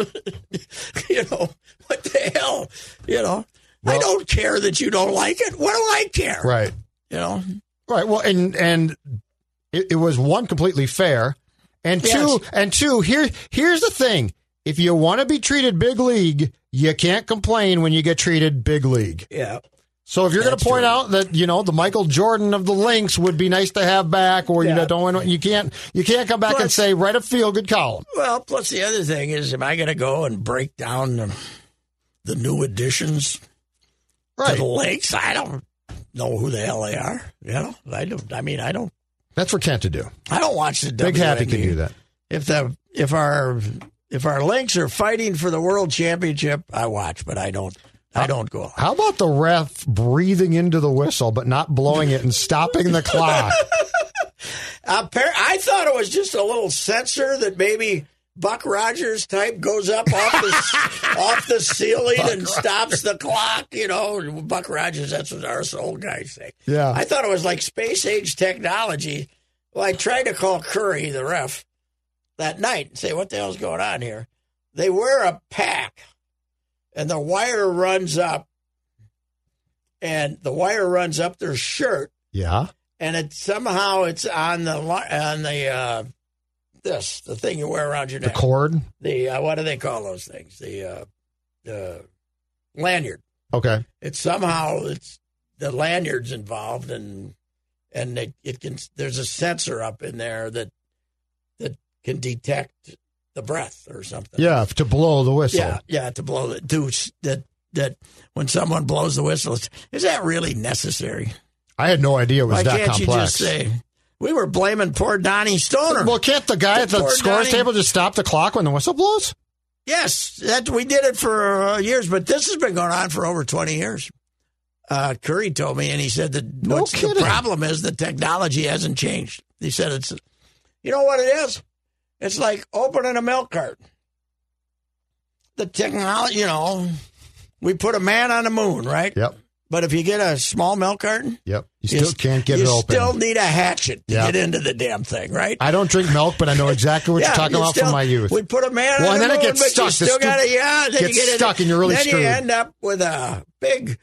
[SPEAKER 1] you know, what the hell? You know. I don't care that you don't like it. What do I care?
[SPEAKER 2] Right.
[SPEAKER 1] You know?
[SPEAKER 2] Right. Well, and and it, it was one completely fair, and
[SPEAKER 1] Yes.
[SPEAKER 2] two and two. Here here's the thing: if you want to be treated big league, you can't complain when you get treated big league.
[SPEAKER 1] Yeah.
[SPEAKER 2] So if you're going to
[SPEAKER 1] That's
[SPEAKER 2] point
[SPEAKER 1] true.
[SPEAKER 2] out that you know the Michael Jordan of the links would be nice to have back, or you
[SPEAKER 1] Yeah.
[SPEAKER 2] don't, you can't you can't come back and
[SPEAKER 1] Plus-
[SPEAKER 2] say write a feel good column.
[SPEAKER 1] Well, plus the other thing is, am I going to go and break down the, the new additions to
[SPEAKER 2] Right.
[SPEAKER 1] the lakes? I don't know who the hell they are. You know, I don't. I mean, I don't.
[SPEAKER 2] That's for Kent to do.
[SPEAKER 1] I don't watch the
[SPEAKER 2] Big
[SPEAKER 1] WNBA.
[SPEAKER 2] Happy can do that.
[SPEAKER 1] If the if our if our links are fighting for the world championship, I watch, but I don't. I don't go.
[SPEAKER 2] How about the ref breathing into the whistle but not blowing it and stopping
[SPEAKER 1] [laughs]
[SPEAKER 2] the clock?
[SPEAKER 1] Appar- I thought it was just a little sensor that maybe Buck Rogers type goes up off the off the ceiling and stops the clock. You know, Buck Rogers. That's what our old guys say.
[SPEAKER 2] Yeah.
[SPEAKER 1] I thought it was like space age technology. Well, I tried to call Curry, the ref, that night and say, "What the hell's going on here?" They wear a pack, and the wire runs up, and the wire runs up their shirt
[SPEAKER 2] Yeah.
[SPEAKER 1] and it somehow it's on the li- on the uh, this the thing you wear around your
[SPEAKER 2] The
[SPEAKER 1] neck.
[SPEAKER 2] cord.
[SPEAKER 1] The uh, what do they call those things? The uh, uh, lanyard.
[SPEAKER 2] Okay.
[SPEAKER 1] It's somehow it's the lanyard's involved, and and it, it can there's a sensor up in there that that can detect the breath or something.
[SPEAKER 2] Yeah, to blow the whistle.
[SPEAKER 1] Yeah, yeah, to blow the douche that that when someone blows the whistle, it's- is that really necessary?
[SPEAKER 2] I had no idea it was
[SPEAKER 1] Why
[SPEAKER 2] that
[SPEAKER 1] can't you just
[SPEAKER 2] complex.
[SPEAKER 1] say we were blaming poor Donnie Stoner?
[SPEAKER 2] well, can't the guy at the
[SPEAKER 1] Poor
[SPEAKER 2] scores
[SPEAKER 1] Donnie.
[SPEAKER 2] table just stop the clock when the whistle blows?
[SPEAKER 1] yes, that we did it for uh, years, but this has been going on for over twenty years. Uh, Curry told me, and he said that
[SPEAKER 2] No
[SPEAKER 1] what's the
[SPEAKER 2] kidding.
[SPEAKER 1] problem is the technology hasn't changed. He said it's, you know what it is? It's like opening a milk carton. The technology, you know, we put a man on the moon, right?
[SPEAKER 2] Yep.
[SPEAKER 1] But if you get a small milk carton,
[SPEAKER 2] Yep. You
[SPEAKER 1] you
[SPEAKER 2] still
[SPEAKER 1] s-
[SPEAKER 2] can't get
[SPEAKER 1] you
[SPEAKER 2] it open.
[SPEAKER 1] still need a hatchet to
[SPEAKER 2] Yeah.
[SPEAKER 1] get into the damn thing, right?
[SPEAKER 2] I don't drink milk, but I know
[SPEAKER 1] [laughs]
[SPEAKER 2] exactly what you're talking
[SPEAKER 1] you
[SPEAKER 2] about
[SPEAKER 1] still-
[SPEAKER 2] from my youth.
[SPEAKER 1] We put a man
[SPEAKER 2] Well,
[SPEAKER 1] on
[SPEAKER 2] and
[SPEAKER 1] the
[SPEAKER 2] then it
[SPEAKER 1] moon,
[SPEAKER 2] gets
[SPEAKER 1] but
[SPEAKER 2] stuck.
[SPEAKER 1] You
[SPEAKER 2] The
[SPEAKER 1] still
[SPEAKER 2] stu-
[SPEAKER 1] got to, yeah. Then
[SPEAKER 2] gets
[SPEAKER 1] you get in-
[SPEAKER 2] stuck and you're really
[SPEAKER 1] Then
[SPEAKER 2] screwed.
[SPEAKER 1] you end up with a big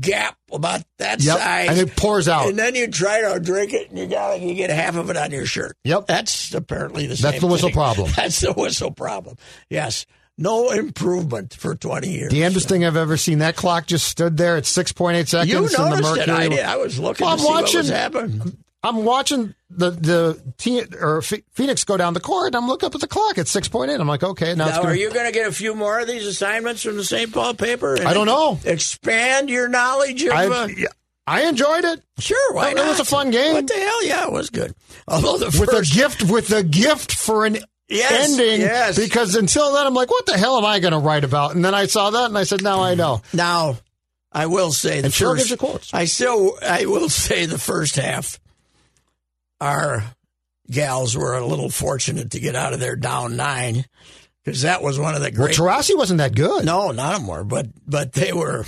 [SPEAKER 1] gap about that
[SPEAKER 2] yep.
[SPEAKER 1] size.
[SPEAKER 2] And it pours out.
[SPEAKER 1] And then you try to drink it, and you got you get half of it on your shirt.
[SPEAKER 2] Yep.
[SPEAKER 1] that's apparently the
[SPEAKER 2] That's the whistle
[SPEAKER 1] thing.
[SPEAKER 2] problem.
[SPEAKER 1] [laughs] That's the whistle problem. Yes, no improvement for twenty years.
[SPEAKER 2] Damnedest thing I've ever seen. That clock just stood there at 6.8 seconds.
[SPEAKER 1] you
[SPEAKER 2] and the
[SPEAKER 1] noticed
[SPEAKER 2] mercury
[SPEAKER 1] it. I did. I was looking
[SPEAKER 2] Well,
[SPEAKER 1] to
[SPEAKER 2] I'm
[SPEAKER 1] see what
[SPEAKER 2] watching-
[SPEAKER 1] was happening.
[SPEAKER 2] I'm watching the the T, or Ph- Phoenix go down the court, and I'm looking up at the clock at 6.8. I'm like, okay, now, it's
[SPEAKER 1] Now,
[SPEAKER 2] going
[SPEAKER 1] are
[SPEAKER 2] to.
[SPEAKER 1] you going to get a few more of these assignments from the St. Paul paper? and
[SPEAKER 2] I don't know.
[SPEAKER 1] Expand your knowledge of. uh,
[SPEAKER 2] I, I enjoyed it
[SPEAKER 1] sure, why
[SPEAKER 2] Oh, It was
[SPEAKER 1] not?
[SPEAKER 2] a fun game.
[SPEAKER 1] What the hell? Yeah, it was good. Although the
[SPEAKER 2] with
[SPEAKER 1] first
[SPEAKER 2] a gift with a gift for an
[SPEAKER 1] Yes,
[SPEAKER 2] ending
[SPEAKER 1] yes.
[SPEAKER 2] because until then I'm like, what the hell am I going to write about? And then I saw that and I said, now I know.
[SPEAKER 1] now, I will say the
[SPEAKER 2] And sure
[SPEAKER 1] first.
[SPEAKER 2] gives you quotes.
[SPEAKER 1] I still, I will say the first half. Our gals were a little fortunate to get out of there down nine because that was one of the
[SPEAKER 2] Well,
[SPEAKER 1] great
[SPEAKER 2] Tarasi wasn't that good.
[SPEAKER 1] No, not anymore. But but they were.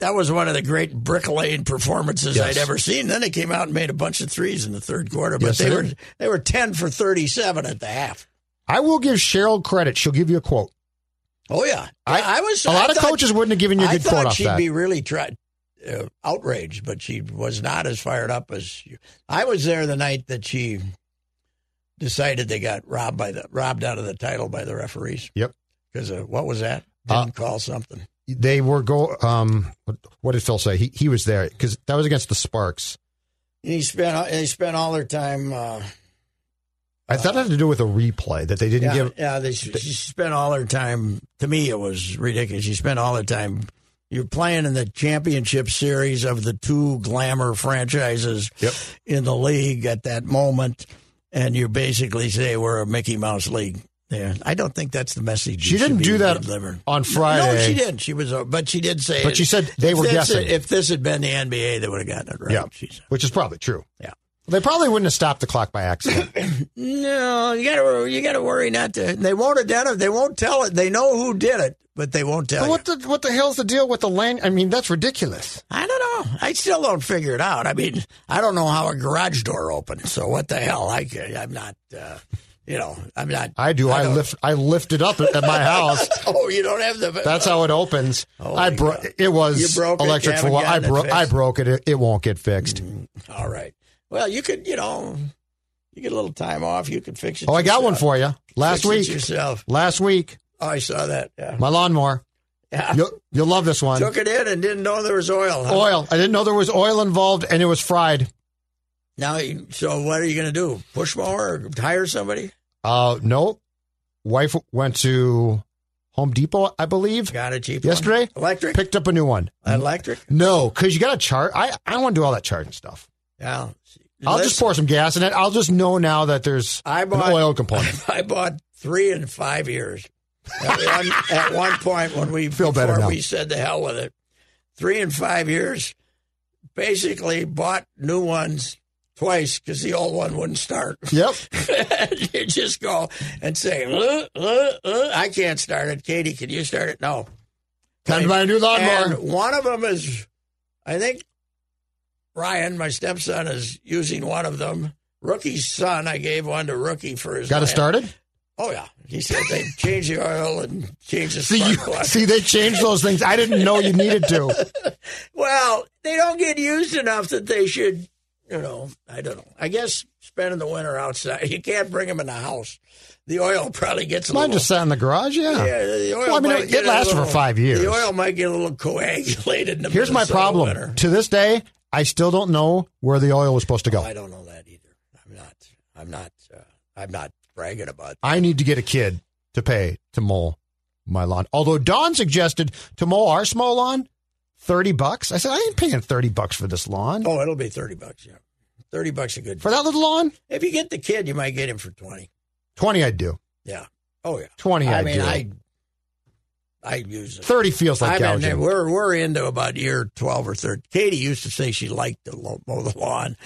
[SPEAKER 1] That was one of the great bricklaying performances
[SPEAKER 2] Yes.
[SPEAKER 1] I'd ever seen. Then they came out and made a bunch of threes in the third quarter, but
[SPEAKER 2] Yes,
[SPEAKER 1] they
[SPEAKER 2] they
[SPEAKER 1] were
[SPEAKER 2] did.
[SPEAKER 1] they were ten for thirty seven at the half.
[SPEAKER 2] I will give Cheryl credit. She'll give you a quote.
[SPEAKER 1] Oh yeah, I, I was.
[SPEAKER 2] A
[SPEAKER 1] I
[SPEAKER 2] lot of
[SPEAKER 1] thought-
[SPEAKER 2] coaches wouldn't have given you a
[SPEAKER 1] I
[SPEAKER 2] good quote
[SPEAKER 1] thought
[SPEAKER 2] off
[SPEAKER 1] she'd
[SPEAKER 2] that.
[SPEAKER 1] be really tried, uh, outraged, but she was not as fired up as you. I was there the night that she decided they got robbed by the robbed out of the title by the referees.
[SPEAKER 2] Yep. Uh,
[SPEAKER 1] because what was that? Didn't call something.
[SPEAKER 2] They were go. Um, what, what did Phil say? He he was there because that was against the Sparks.
[SPEAKER 1] And he spent they spent all their time. Uh,
[SPEAKER 2] I thought it had to do with a replay that they didn't
[SPEAKER 1] yeah,
[SPEAKER 2] give.
[SPEAKER 1] yeah, they she spent all her time. To me, it was ridiculous. She spent all her time. You're playing in the championship series of the two glamour franchises
[SPEAKER 2] Yep.
[SPEAKER 1] in the league at that moment, and you basically say we're a Mickey Mouse league. Yeah, I don't think that's the message.
[SPEAKER 2] She
[SPEAKER 1] you should
[SPEAKER 2] didn't
[SPEAKER 1] be
[SPEAKER 2] do that
[SPEAKER 1] delivering.
[SPEAKER 2] on Friday.
[SPEAKER 1] No, she didn't. She was, uh, but she did say.
[SPEAKER 2] But she said they
[SPEAKER 1] if
[SPEAKER 2] were
[SPEAKER 1] this-
[SPEAKER 2] guessing.
[SPEAKER 1] If this had been the NBA, they would have gotten it right.
[SPEAKER 2] Yeah.
[SPEAKER 1] She said.
[SPEAKER 2] which is probably true.
[SPEAKER 1] Yeah.
[SPEAKER 2] They probably wouldn't have stopped the clock
[SPEAKER 1] [clears throat]
[SPEAKER 2] by accident.
[SPEAKER 1] No, you gotta you gotta worry not to. They won't identify. They won't tell it. They know who did it, but they won't tell
[SPEAKER 2] But
[SPEAKER 1] you.
[SPEAKER 2] what the what the hell's the deal with the land? I mean, that's ridiculous.
[SPEAKER 1] I don't know. I still don't figure it out. I mean, I don't know how a garage door opens. So what the hell? I can- I'm not. Uh, you know, I'm not.
[SPEAKER 2] I do. I,
[SPEAKER 1] don't-
[SPEAKER 2] lift. I lift it up at my house.
[SPEAKER 1] Oh, you don't have the.
[SPEAKER 2] That's how it opens. I
[SPEAKER 1] my
[SPEAKER 2] broke.
[SPEAKER 1] God. Oh,
[SPEAKER 2] It
[SPEAKER 1] You
[SPEAKER 2] was
[SPEAKER 1] broke it, you
[SPEAKER 2] electric for a
[SPEAKER 1] haven't
[SPEAKER 2] while. I
[SPEAKER 1] gotten it
[SPEAKER 2] broke. I
[SPEAKER 1] fixed.
[SPEAKER 2] broke it. it. It won't get fixed.
[SPEAKER 1] [laughs] Mm, all right. Well, you could. You know, you get a little time off. You could fix it.
[SPEAKER 2] Oh, I got one
[SPEAKER 1] yourself.
[SPEAKER 2] for you. Last
[SPEAKER 1] Fix it
[SPEAKER 2] week.
[SPEAKER 1] yourself.
[SPEAKER 2] Last week,
[SPEAKER 1] Oh, I saw that. Yeah.
[SPEAKER 2] my lawnmower.
[SPEAKER 1] Yeah.
[SPEAKER 2] You'll, you'll love this one.
[SPEAKER 1] Took it in and didn't know there was oil. huh?
[SPEAKER 2] Oil. I didn't know there was oil involved, and it was fried.
[SPEAKER 1] Now, you- so what are you going to do? Push mower? Or hire somebody?
[SPEAKER 2] Uh, no. Wife went to Home Depot, I believe,
[SPEAKER 1] Got a cheap
[SPEAKER 2] yesterday.
[SPEAKER 1] one? Electric?
[SPEAKER 2] Picked up a new one.
[SPEAKER 1] Electric?
[SPEAKER 2] No, because you got to chart. I I don't want to do all that charting stuff.
[SPEAKER 1] Yeah.
[SPEAKER 2] I'll just pour some gas in it. I'll just know now that there's
[SPEAKER 1] I bought-
[SPEAKER 2] an oil component.
[SPEAKER 1] I bought three in five years.
[SPEAKER 2] [laughs]
[SPEAKER 1] At one, at one point when we
[SPEAKER 2] Feel better
[SPEAKER 1] before
[SPEAKER 2] now.
[SPEAKER 1] we said the hell with it. Three in five years, basically bought new ones twice because the old one wouldn't start. [laughs]
[SPEAKER 2] yep.
[SPEAKER 1] you just go and say, "Uh, uh, uh, I can't start it. Katie, can you start it? No.
[SPEAKER 2] Time to buy a new lawnmower.
[SPEAKER 1] And one of them is, I think, Ryan, my stepson, is using one of them. Rookie's son, I gave one to Rookie for his.
[SPEAKER 2] Got it
[SPEAKER 1] land.
[SPEAKER 2] started.
[SPEAKER 1] Oh yeah, he said they changed the oil and changed the
[SPEAKER 2] [laughs] See you.
[SPEAKER 1] spark plug.
[SPEAKER 2] See, they changed those things. I didn't know you needed to.
[SPEAKER 1] Well, they don't get used enough that they should. You know, I don't know. I guess spending the winter outside, you can't bring them in the house. The oil probably gets a
[SPEAKER 2] Mine
[SPEAKER 1] little.
[SPEAKER 2] just sat in the garage. Yeah.
[SPEAKER 1] yeah, the oil
[SPEAKER 2] Well, I mean,
[SPEAKER 1] might
[SPEAKER 2] it-
[SPEAKER 1] get
[SPEAKER 2] it
[SPEAKER 1] a
[SPEAKER 2] lasted for
[SPEAKER 1] little-
[SPEAKER 2] five years.
[SPEAKER 1] The oil might get a little coagulated. In the
[SPEAKER 2] Here's my
[SPEAKER 1] Minnesota
[SPEAKER 2] problem.
[SPEAKER 1] winter.
[SPEAKER 2] To this day, I still don't know where the oil was supposed to
[SPEAKER 1] I
[SPEAKER 2] go.
[SPEAKER 1] don't know that either. I'm not. I'm not. Uh, I'm not bragging about.
[SPEAKER 2] I need to get a kid to pay to mow my lawn. Although Don suggested to mow our small lawn, thirty bucks. I said I ain't paying thirty bucks for this lawn.
[SPEAKER 1] Oh, it'll be thirty bucks. Yeah, thirty bucks a good.
[SPEAKER 2] For that little lawn,
[SPEAKER 1] if you get the kid, you might get him for twenty.
[SPEAKER 2] twenty I'd do.
[SPEAKER 1] Yeah. Oh yeah.
[SPEAKER 2] Twenty
[SPEAKER 1] I
[SPEAKER 2] I'd
[SPEAKER 1] mean,
[SPEAKER 2] do.
[SPEAKER 1] I. I use it.
[SPEAKER 2] Thirty feels like
[SPEAKER 1] I mean,
[SPEAKER 2] gouging.
[SPEAKER 1] we're we're into about year twelve or thirteen. Katie used to say she liked to lo- mow the lawn,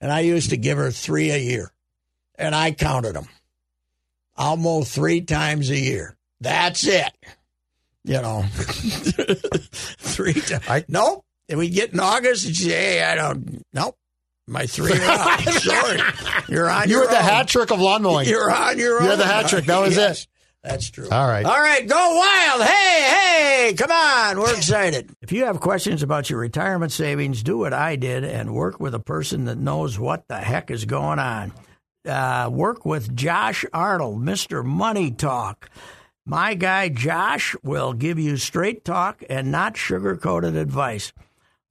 [SPEAKER 1] and I used to give her three a year, and I counted them. I'll mow three times a year. That's it. You know, [laughs] three times.
[SPEAKER 2] I-
[SPEAKER 1] nope. And we get in August and she say, "Hey, I don't." Nope. My three are
[SPEAKER 2] [laughs]
[SPEAKER 1] out. Sorry, you're on.
[SPEAKER 2] you
[SPEAKER 1] your
[SPEAKER 2] were the
[SPEAKER 1] own.
[SPEAKER 2] hat trick of lawn mowing.
[SPEAKER 1] You're on your own.
[SPEAKER 2] You're the
[SPEAKER 1] [laughs]
[SPEAKER 2] hat trick. That was it.
[SPEAKER 1] Yes, That's true.
[SPEAKER 2] All right.
[SPEAKER 1] All right. Go wild. Hey, hey. Come on. [laughs] We're excited. if you have questions about your retirement savings, do what I did and work with a person that knows what the heck is going on. Uh, work with Josh Arnold, Mr. Money Talk. My guy Josh will give you straight talk and not sugar coated advice.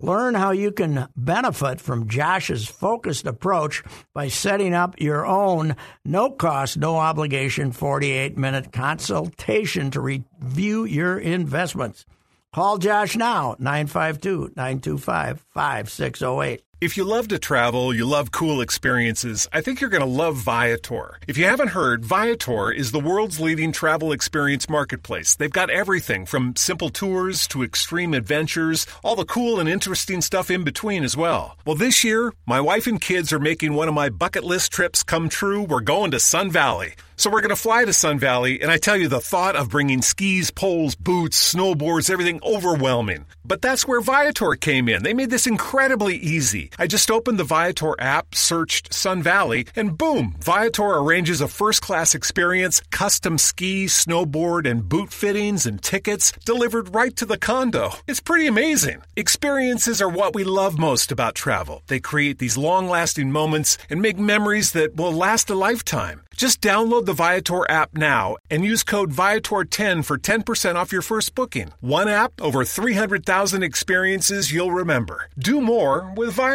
[SPEAKER 1] Learn how you can benefit from Josh's focused approach by setting up your own no cost, no obligation 48 minute consultation to review your investments. Call Josh now, 952 925 5608.
[SPEAKER 4] If you love to travel, you love cool experiences, I think you're going to love Viator. If you haven't heard, Viator is the world's leading travel experience marketplace. They've got everything from simple tours to extreme adventures, all the cool and interesting stuff in between as well. Well, this year, my wife and kids are making one of my bucket list trips come true. We're going to Sun Valley. So we're going to fly to Sun Valley, and I tell you, the thought of bringing skis, poles, boots, snowboards, everything overwhelming. But that's where Viator came in. They made this incredibly easy. easy. I just opened the Viator app, searched Sun Valley, and boom, Viator arranges a first class experience, custom ski, snowboard, and boot fittings and tickets delivered right to the condo. It's pretty amazing. Experiences are what we love most about travel. They create these long lasting moments and make memories that will last a lifetime. Just download the Viator app now and use code Viator10 for 10% off your first booking. One app, over 300,000 experiences you'll remember. Do more with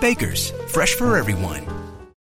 [SPEAKER 5] Baker's, fresh for everyone.